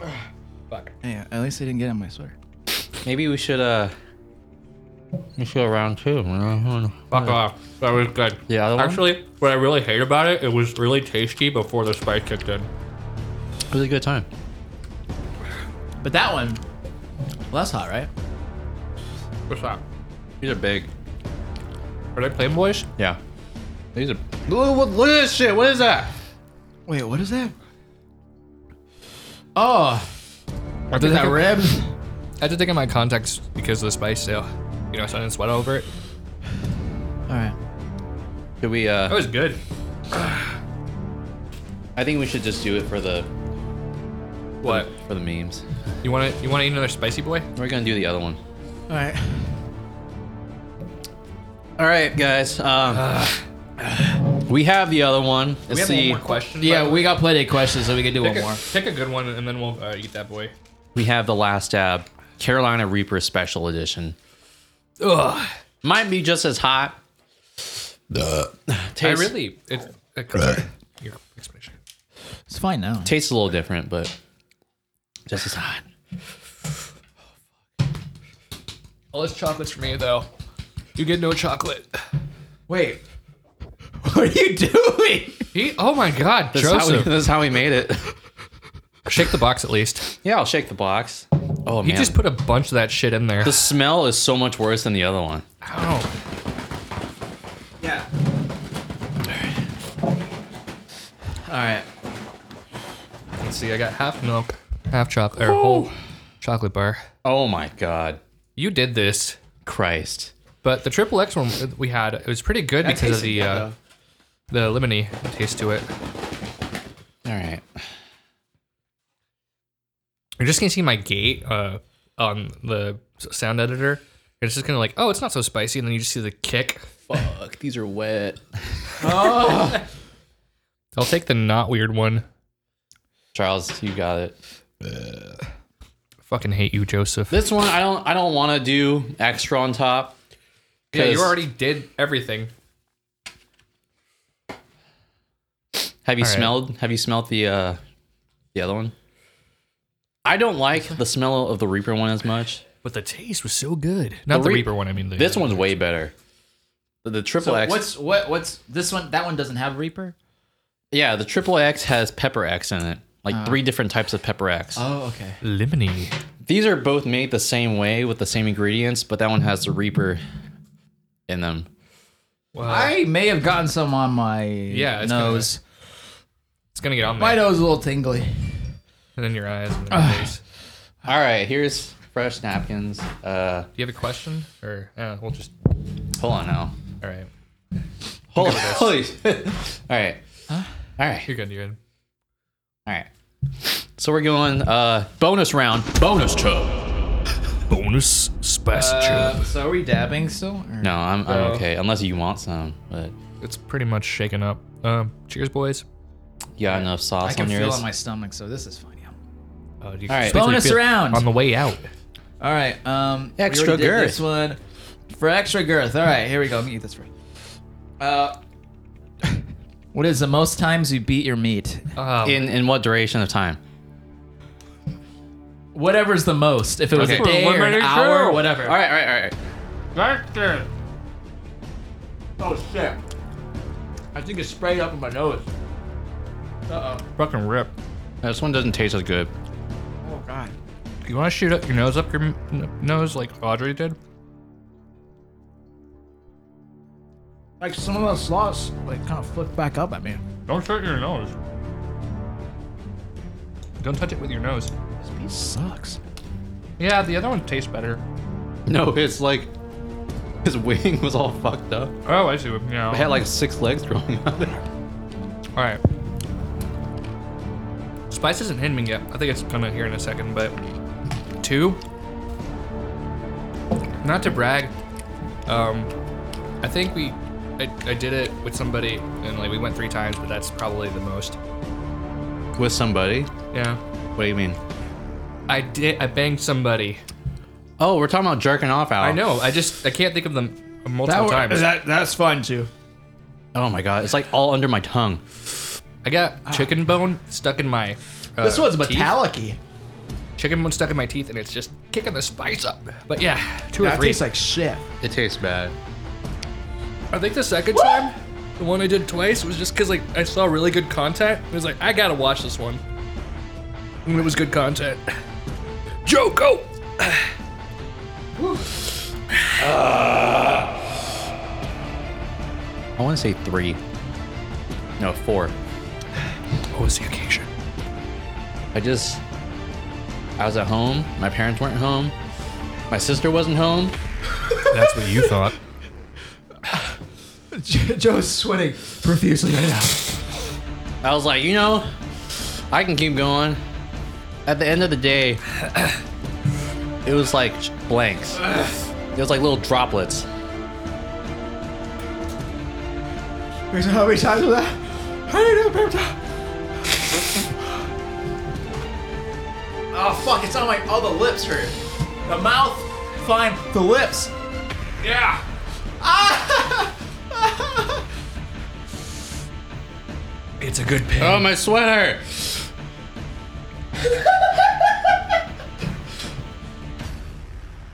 S2: Fuck.
S4: Yeah, at least I didn't get on my sweater.
S3: Maybe we should uh, we should go round two.
S2: Fuck off. That was good.
S3: uh, The other one?
S2: Actually, what I really hate about it, it was really tasty before the spice kicked in.
S3: It was a good time.
S4: But that one, well, that's hot, right?
S2: What's that?
S3: These are big.
S2: Are they Playboys?
S3: Yeah. These are. Look, look- look at this shit. What is that?
S4: Wait, what is that? Oh, is that ribs?
S2: I had to think of my context because of the spice, so you know, so I didn't sweat over it.
S4: All right.
S3: Could we? Uh,
S2: That was good.
S3: I think we should just do it for the
S2: What?
S3: for the memes.
S2: You wanna you wanna eat another spicy boy?
S3: We're gonna do the other one.
S4: All right.
S3: All right, guys. Um, we have the other one. Let's see.
S2: question.
S4: Yeah, we got plenty of questions, so we can do
S2: pick
S4: one
S2: a,
S4: more.
S2: Pick a good one and then we'll uh, eat that boy.
S3: We have the last dab, Carolina Reaper Special Edition.
S2: Ugh.
S3: Might be just as hot.
S2: I
S3: Tastes,
S2: really it's uh, your explanation.
S4: It's fine now.
S3: tastes a little different, but just as hot.
S2: All this chocolate's for me though. You get no chocolate.
S4: Wait, what are you doing?
S2: He, oh my god,
S3: That's how, we,
S2: Joseph.
S3: that's how we made it.
S2: Shake the box at least.
S3: Yeah, I'll shake the box. Oh
S2: He
S3: man,
S2: just put a bunch of that shit in there. Oh,
S3: the smell is so much worse than the other one.
S2: Ow.
S4: Yeah. All right.
S2: Let's see, I got half milk, half chocolate, or whole chocolate bar.
S3: Oh my god,
S2: You did this.
S3: Christ!
S2: But the triple X one we had, it was pretty good because of the uh, the lemony taste to it.
S3: All right,
S2: You're just gonna see my gate uh, on the s- sound editor. It's just gonna like, oh, it's not so spicy, and then you just see the kick.
S3: fuck, these are wet.
S2: I'll take the not weird one.
S3: Charles, you got it.
S2: Fucking hate you, Joseph.
S3: This one, I don't, I don't want to do extra on top.
S2: Yeah, you
S3: 'cause-
S2: already did everything.
S3: Have you
S2: All right.
S3: smelled? Have you smelled the uh, the other one? I don't like the smell of the Reaper one as much.
S2: But the taste was so good. Not the,
S3: Re-
S2: Reaper one. I mean, the,
S3: This one's way better. The, the triple
S4: So
S3: X.
S4: what's what what's this one? That one doesn't have Reaper.
S3: yeah, the triple X has pepper X in it. Like three different types of pepper X.
S4: Oh, okay.
S2: lemony.
S3: These are both made the same way with the same ingredients, but that one has the Reaper in them.
S2: Wow.
S4: I may have gotten some on my
S2: Yeah, it's
S4: nose.
S2: it's gonna get on
S4: My
S2: there,
S4: nose is a little tingly.
S2: and then your eyes, and then your face.
S3: All right, here's fresh napkins. Uh,
S2: Do you have a question, or uh, we'll just?
S3: hold on now.
S2: All right,
S3: Hold on. Holy shit. All right. All right.
S2: you're good. You're good.
S3: All right. So we're going uh bonus round, bonus chub.
S2: Bonus spice
S4: Uh, so are we dabbing still? or-
S3: No, I'm, I'm okay unless you want some, but
S2: It's pretty much shaken up. Um, cheers, boys.
S3: you got enough sauce
S4: I can
S3: on
S4: feel
S3: yours.
S4: on my stomach, so this is fine. Yeah.
S2: Uh, do you
S3: All right.
S2: feel-
S4: Bonus
S2: feel-
S4: round.
S2: on the way out.
S4: All right. Um, we
S3: Extra
S4: already did
S3: girth.
S4: This one for extra girth. All right, here we go. Let me eat this first. Uh, what is the most times you beat your meat?
S2: Um,
S3: in in what duration of time?
S4: Whatever's the most. If it was
S2: Okay.
S4: a day
S2: One
S4: or an
S2: minute
S4: hour,
S2: girl.
S4: whatever.
S3: All right, all right, all right.
S4: Oh, I think it's sprayed up in my nose.
S2: fucking rip.
S3: This one doesn't taste as good.
S4: Oh God.
S2: You want to shoot up your nose up your m- n- nose like Audrey did?
S4: Like some of those slots, like kind of flipped back up at me.
S2: Don't touch your nose. Don't touch it with your nose.
S4: This piece sucks.
S2: Yeah, the other one tastes better.
S3: No, it's like His wing was all fucked up.
S2: Oh, I see. what- Yeah.
S3: It had like six legs growing out of it.
S2: All right. Spice isn't hitting me yet. I think it's gonna here in a second, but two. Not to brag, um, I think we, I, I did it with somebody, and like we went three times, but that's probably the most.
S3: With somebody?
S2: Yeah.
S3: What do you mean?
S2: I did. I banged somebody.
S3: Oh, we're talking about jerking off out.
S2: I know. I just I can't think of them multiple times.
S4: that's fun too.
S3: Oh my god, it's like all under my tongue.
S2: I got chicken bone stuck in my. Uh,
S4: This one's
S2: teeth.
S4: metallic-y.
S2: Chicken bone stuck in my teeth, and it's just kicking the spice up. But yeah, two or
S4: That
S2: three.
S4: tastes like shit.
S3: It tastes bad.
S2: I think the second time, the one I did twice was just because like I saw really good content. I was like, I gotta watch this one. And it was good content. Joko.
S3: I want to say three. No, four.
S2: What was the occasion?
S3: I just, I was at home. My parents weren't home. My sister wasn't home.
S2: That's what you thought.
S4: Joe's sweating profusely right now.
S3: I was like, you know, I can keep going. At the end of the day, it was like blanks. It was like little droplets.
S4: Wait, so how many times was that? How do you do, Pimp Top? oh fuck! It's on my all the lips hurt. The mouth, fine. The lips.
S2: Yeah. it's a good pick.
S3: Oh, my sweater!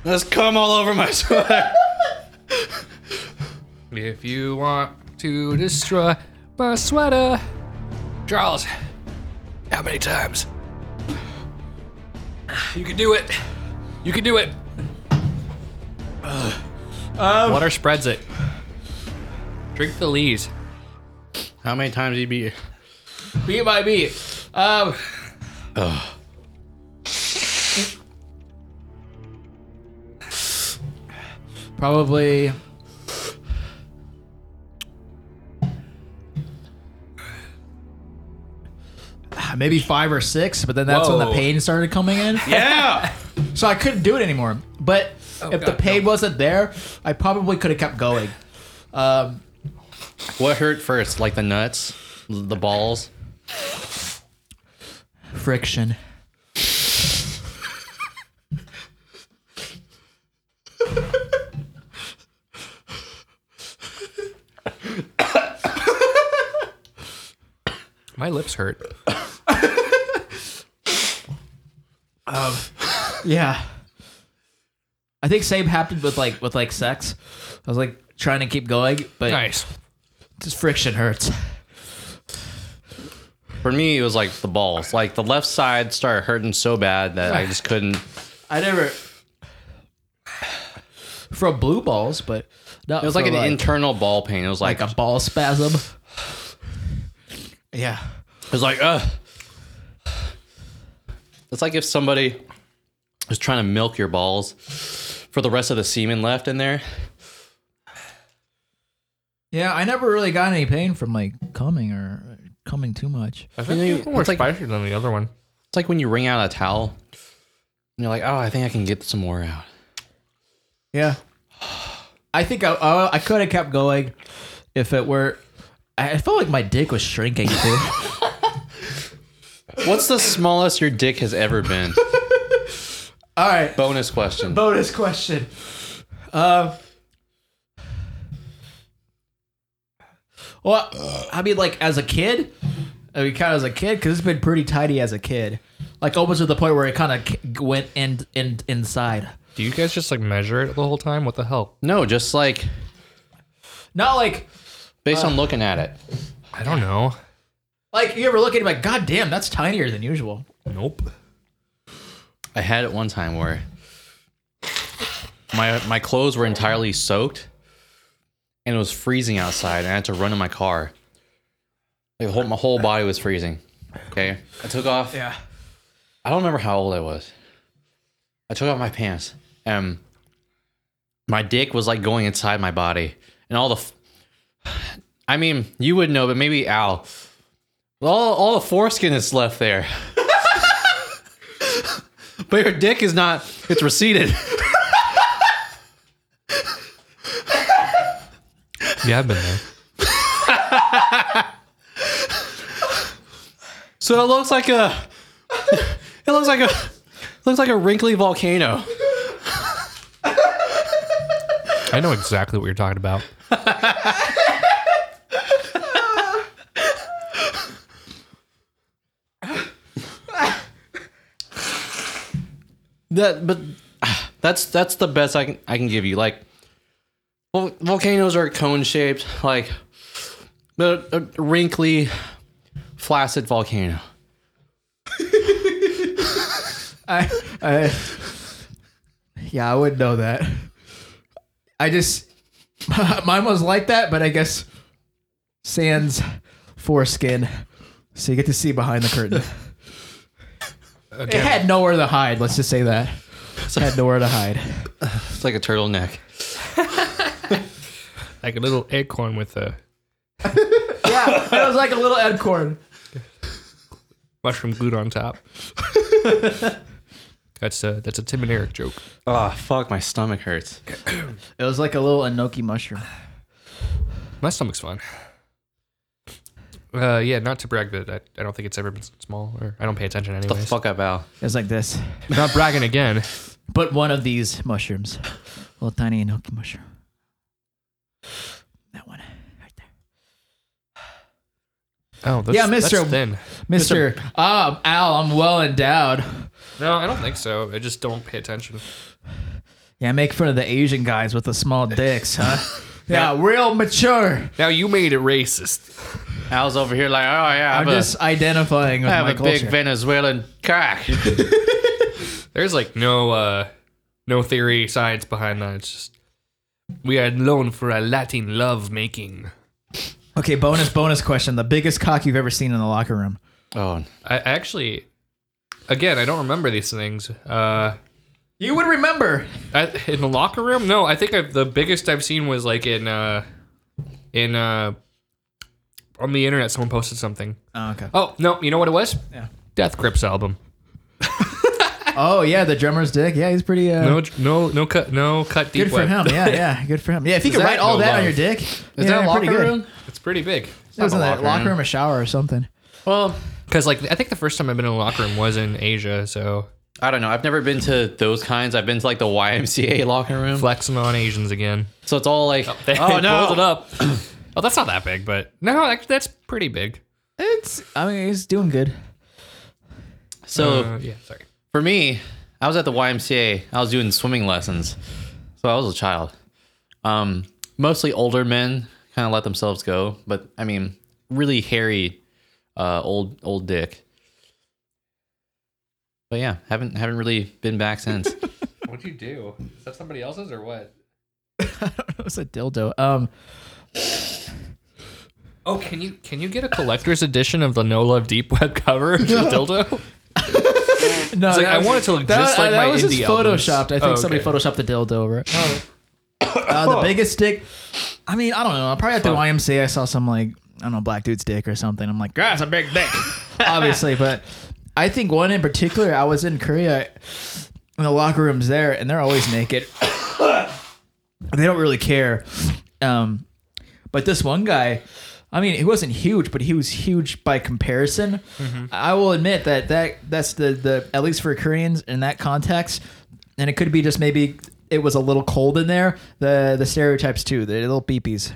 S3: Let's come all over my sweater.
S2: If you want to destroy my sweater, Charles, how many times? You can do it. You can do it. Water spreads it. Drink the lees.
S3: How many times did you beat?
S2: Beat by beat. Um.
S4: Probably. Ah, Maybe five or six, but then that's when the
S2: Whoa.
S4: pain started coming in.
S3: Yeah!
S4: So I couldn't do it anymore. But if the
S2: God,
S4: pain wasn't there, I probably could have kept going. Um,
S3: what hurt first? Like the nuts? The balls?
S4: friction.
S2: My lips hurt.
S4: Yeah. I think same happened with like with like sex. I was like trying to keep going, but
S2: Nice.
S4: just friction hurts.
S3: For me, it was like the balls. Like the left side started hurting so bad that I just couldn't.
S4: I never from blue balls, but not
S3: It was like an
S4: like,
S3: internal ball pain. It was like,
S4: like a ball spasm. Yeah.
S3: it was like, ugh. It's like if somebody was trying to milk your balls for the rest of the semen left in there.
S4: Yeah, I never really got any pain from like coming or coming too much.
S2: I think
S3: You know,
S2: it's more
S3: it's like-
S2: spicier than the other one.
S3: It's like when you wring out a towel. And you're like, oh, I think I can get some more out.
S4: Yeah. I think I I, I could have kept going if it were I I felt like my dick was shrinking too.
S3: What's the smallest your dick has ever been?
S4: All right.
S3: Bonus question.
S4: bonus question. Uh, well, I mean, like as a kid, I mean, kind of as a kid, because it's been pretty tidy as a kid, like almost to the point where it kind of k- went in, in inside.
S2: Do you guys just like measure it the whole time? What the hell?
S3: No, just like
S4: Not like
S3: based on looking at it.
S2: I don't know.
S4: like you ever look at it like, God damn, that's tinier than usual.
S2: Nope.
S3: I had it one time where my my clothes were entirely soaked, and it was freezing outside, and I had to run in my car. Like the whole, my whole body was freezing. Okay, I took off.
S4: Yeah.
S3: I don't remember how old I was. I took off my pants, and my dick was like going inside my body and all the f- I mean you would know but maybe al all, all the foreskin is left there but your dick is not it's receded
S2: Yeah, I've been there.
S3: so it looks like a it looks like a looks like a wrinkly volcano
S2: I know exactly what you're talking about.
S3: that but that's that's the best I can I can give you. Like vol- volcanoes are cone shaped, like the a wrinkly, flaccid volcano.
S1: I, yeah, I would know that. I just mine was like that, but I guess Sans foreskin, so you get to see behind the curtain. It had nowhere to hide. Let's just say that. It had nowhere to hide.
S3: It's like a turtleneck.
S2: Like a little acorn with a
S1: Yeah, it was like a little Edcorn.
S2: mushroom glued on top. that's a that's a Tim and Eric joke.
S3: Oh fuck, my stomach hurts.
S1: It was like a little Enoki mushroom.
S2: My stomach's fine. Uh, yeah, not to brag, but I, I don't think it's ever been s- small, or I don't pay attention
S3: The
S2: anyways.
S3: fuck up, Al.
S1: It was like this,
S2: Not bragging again.
S1: but one of these mushrooms, little tiny Enoki mushroom. That one. right there.
S2: Oh, that's,
S1: Yeah, Mr.
S2: That's thin.
S1: Mr. Um, Al, I'm well endowed.
S2: No, I don't think so. I just don't pay attention.
S1: Yeah, make fun of the Asian guys with the small dicks, huh? yeah, real mature.
S2: Now you made it racist.
S3: Al's over here like, oh yeah, I
S1: I'm
S3: have, a,
S1: just identifying with
S3: I have
S1: my
S3: a
S1: culture.
S3: big Venezuelan cock.
S2: There's like no uh, no theory science behind that. It's just we are known for our Latin love making.
S1: okay, bonus bonus question: the biggest cock you've ever seen in the locker room.
S3: oh,
S2: I I actually, again, I don't remember these things. Uh,
S1: You would remember.
S2: I, in the locker room? No, I think I've, the biggest I've seen was like in uh, in uh, on the internet. Someone posted something.
S1: Oh, okay.
S2: Oh no, you know what it was?
S1: Yeah.
S2: Death Grips album.
S1: Oh yeah, the drummer's dick. Yeah, he's pretty. Uh,
S2: No, no, no cut, no cut deep.
S1: good for
S2: web.
S1: him. Yeah, yeah, good for him. Yeah, if you could
S2: that
S1: write all
S2: no
S1: that on
S2: love?
S1: your dick,
S3: is
S1: yeah,
S3: that a
S1: pretty
S3: locker
S1: good.
S3: room?
S2: It's pretty big. It's
S1: It was in
S2: not a
S1: that locker room, a shower, or something.
S3: Well,
S2: Because like I think the first time I've been in a locker room was in Asia, so
S3: I don't know. I've never been to those kinds. I've been to like the YMCA locker room.
S2: flexing on Asians again.
S3: So it's all like,
S2: They
S3: oh
S2: pulled it
S3: no,
S2: up. oh, that's not that big, but no, act- that's pretty big.
S1: It's. I mean, he's doing good.
S3: so.
S2: Uh, yeah, sorry.
S3: For me, I was at the YMCA. I was doing swimming lessons, so I was a child. Um, mostly older men kind of let themselves go, but I mean, really hairy, uh, old old dick. But yeah, haven't haven't really been back since.
S2: What'd you do? Is that somebody else's or what?
S1: It was a dildo. Um,
S2: Oh, can you can you get a collector's edition of the No Love Deep Web cover of the dildo?
S1: no,
S2: like,
S1: Oh, that
S2: I
S1: was-
S2: want it to look
S1: that,
S2: just
S1: was-
S2: like
S1: that
S2: my
S1: was just
S2: indie albums.
S1: photoshopped. I think
S2: Oh,
S1: somebody
S2: okay.
S1: photoshopped the dildo over it. Uh, the biggest dick. I mean, I don't know. Probably at the YMCA, I saw some like I don't know black dude's dick or something. I'm like, God, it's a big dick, obviously. But I think one in particular. I was in Korea, in the locker rooms there, and they're always naked. they don't really care. Um, but this one guy, I mean, he wasn't huge, but he was huge by comparison. I will admit that that that's the the at least for Koreans in that context, and it could be just maybe it was a little cold in there. The the stereotypes too, the little peepees.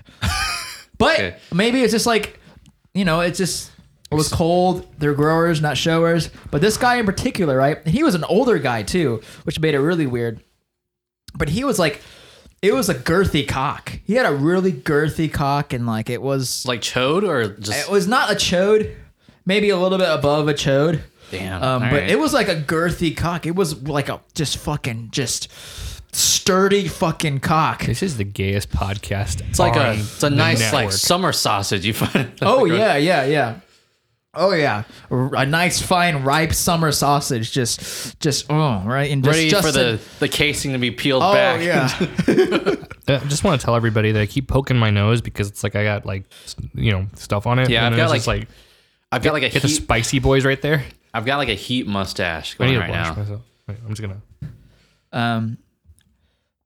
S1: but
S3: Okay.
S1: maybe it's just like, you know, it's just. It was cold. They're growers, not showers. But this guy in particular, right? And he was an older guy too, which made it really weird. But he was like, it was a girthy cock. He had a really girthy cock, and like it was
S3: like chode or just
S1: it was not a chode, maybe a little bit above a chode.
S3: damn.
S1: Um,
S3: all
S1: but
S3: right.
S1: it was like a girthy cock. It was like a just fucking just sturdy fucking cock.
S2: This is the gayest podcast.
S3: it's like a it's a nice like summer sausage you find.
S1: Oh yeah, yeah, yeah. Oh yeah, R- a nice, fine, ripe summer sausage, just, just, oh, right, and just,
S3: Ready
S1: just
S3: for
S1: in-
S3: the, the casing to be peeled
S1: oh
S3: back.
S1: yeah,
S2: I just want to tell everybody that I keep poking my nose because it's like I got like s- you know stuff on it.
S3: Yeah,
S2: and
S3: I've got,
S2: it's just
S3: like,
S2: like
S3: I've got like a
S2: get the
S3: heat,
S2: spicy boys right there.
S3: I've got like a heat mustache
S2: I
S3: going
S2: need
S3: right
S2: to wash
S3: now.
S2: myself. Wait, I'm just gonna.
S1: um,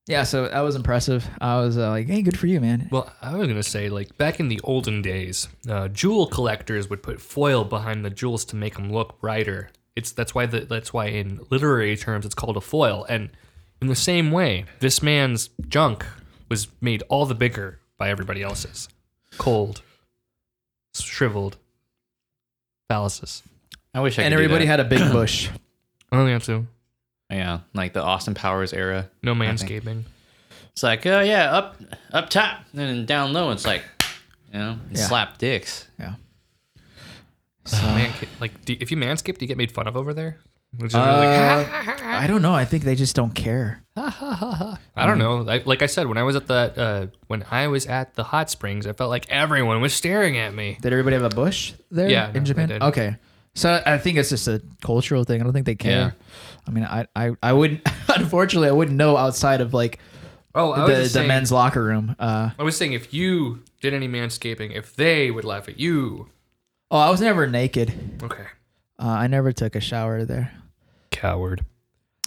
S1: yeah. So that was impressive. I was uh, like, hey, good for you, man.
S2: Well, I was gonna say like back in the olden days, uh, jewel collectors would put foil behind the jewels to make them look brighter. It's that's why the, that's why in literary terms it's called a foil. And in the same way, this man's junk was made all the bigger by everybody else's. Cold, shriveled, phalluses.
S3: I wish I
S1: and
S3: could do
S1: everybody
S3: that.
S1: had a big bush.
S2: Oh yeah, too.
S3: yeah, like the Austin Powers era.
S2: No
S3: think.
S2: manscaping.
S3: It's like, oh yeah, up up top and then down low. It's like, you know,
S1: Yeah.
S3: slap dicks.
S1: Yeah.
S2: Man, like do, if you manscape, do you get made fun of over there? Which is really-
S1: I don't know. I think they just don't care.
S2: I don't know. Like, like I said, when I was at the uh, when I was at the hot springs, I felt like everyone was staring at me.
S1: Did everybody have a bush there
S2: Yeah, no,
S1: in
S2: they
S1: Japan?
S2: did.
S1: Okay. So I think it's just a cultural thing. I don't think they care. I mean, I, I, I wouldn't, unfortunately, I wouldn't know outside of like
S2: Oh,
S1: the,
S2: I was
S1: the
S2: just saying,
S1: men's locker room. Uh,
S2: I was saying if you did any manscaping, if they would laugh at you.
S1: oh, I was never naked.
S2: Okay.
S1: Uh, I never took a shower there.
S2: Coward.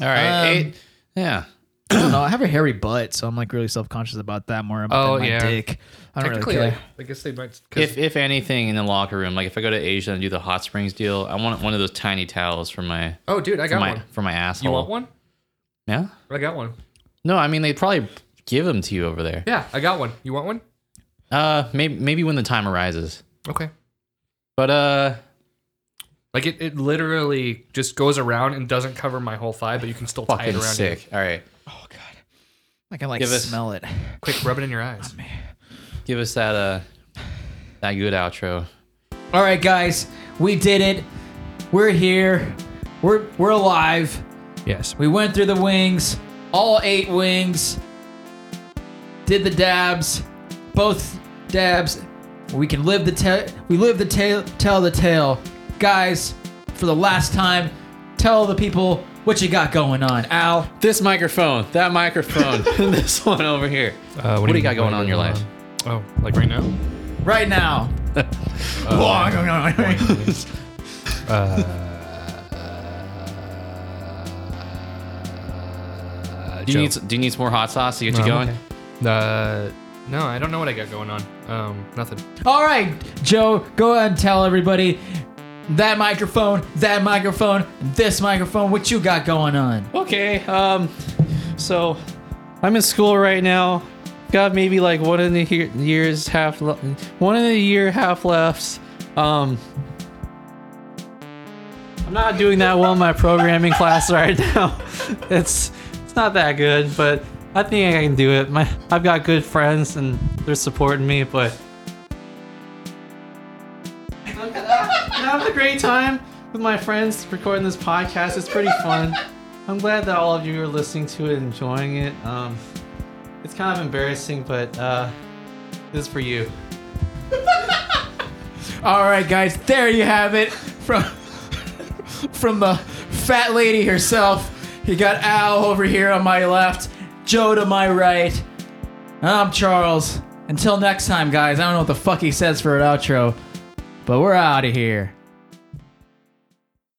S3: All right,
S1: Um,
S3: eight. Yeah.
S1: I don't know. I have a hairy butt, so I'm like really self conscious about that more about
S2: Oh,
S1: than my
S2: yeah.
S1: dick. I don't really
S2: Technically,
S1: care.
S2: like, I guess they might.
S3: If if anything, in the locker room, like if I go to Asia and do the hot springs deal, I want one of those tiny towels for my
S2: oh, dude, I
S3: for
S2: got
S3: my
S2: one.
S3: for my asshole.
S2: You want one?
S3: Yeah.
S2: I got one.
S3: No, I mean they probably give them to you over there.
S2: Yeah, I got one. You want one?
S3: Uh, maybe maybe when the time arises.
S2: Okay.
S3: But uh,
S2: Like it, it literally just goes around and doesn't cover my whole thigh, but you can still tie
S3: fucking
S2: it around. you.
S3: sick. All right,
S1: Oh, I can like
S3: Give us-
S1: smell it.
S2: Quick, rub it in your eyes.
S3: give us that uh that good outro.
S1: All right, guys, we did it. We're here. We're we're alive.
S2: Yes.
S1: We went through the wings, all eight wings. Did the dabs, both dabs. We can live the tale. We live the tale. Tell the tale, guys. For the last time, tell the people what you got going on. Al,
S3: This microphone, that microphone, this one over here.
S2: Uh,
S3: What do you got going on in your life?
S2: Oh, like right now?
S1: right now.
S3: Do you
S2: Joe.
S3: need s- do you need some more hot sauce to get you
S2: No,
S3: going?
S2: I'm Um, okay. Uh, no, I don't know what I got going on. Um, nothing.
S1: All right, Joe, go ahead and tell everybody that microphone, that microphone, this microphone. What you got going on?
S3: Okay. Um, so I'm in school right now. Got maybe like one in the he- years half, le- one in the year half left. Um, I'm not doing that well in my programming class right now. It's it's not that good, but I think I can do it. My I've got good friends and they're supporting me, but I'm having a great time with my friends recording this podcast. It's pretty fun. I'm glad that all of you are listening to it and enjoying it. Um, it's kind of embarrassing, but uh, this is for you.
S1: All right, guys, there you have it from from the fat lady herself. You got Al over here on my left, Joe to my right. I'm Charles. Until next time, guys. I don't know what the fuck he says for an outro, but we're out of here.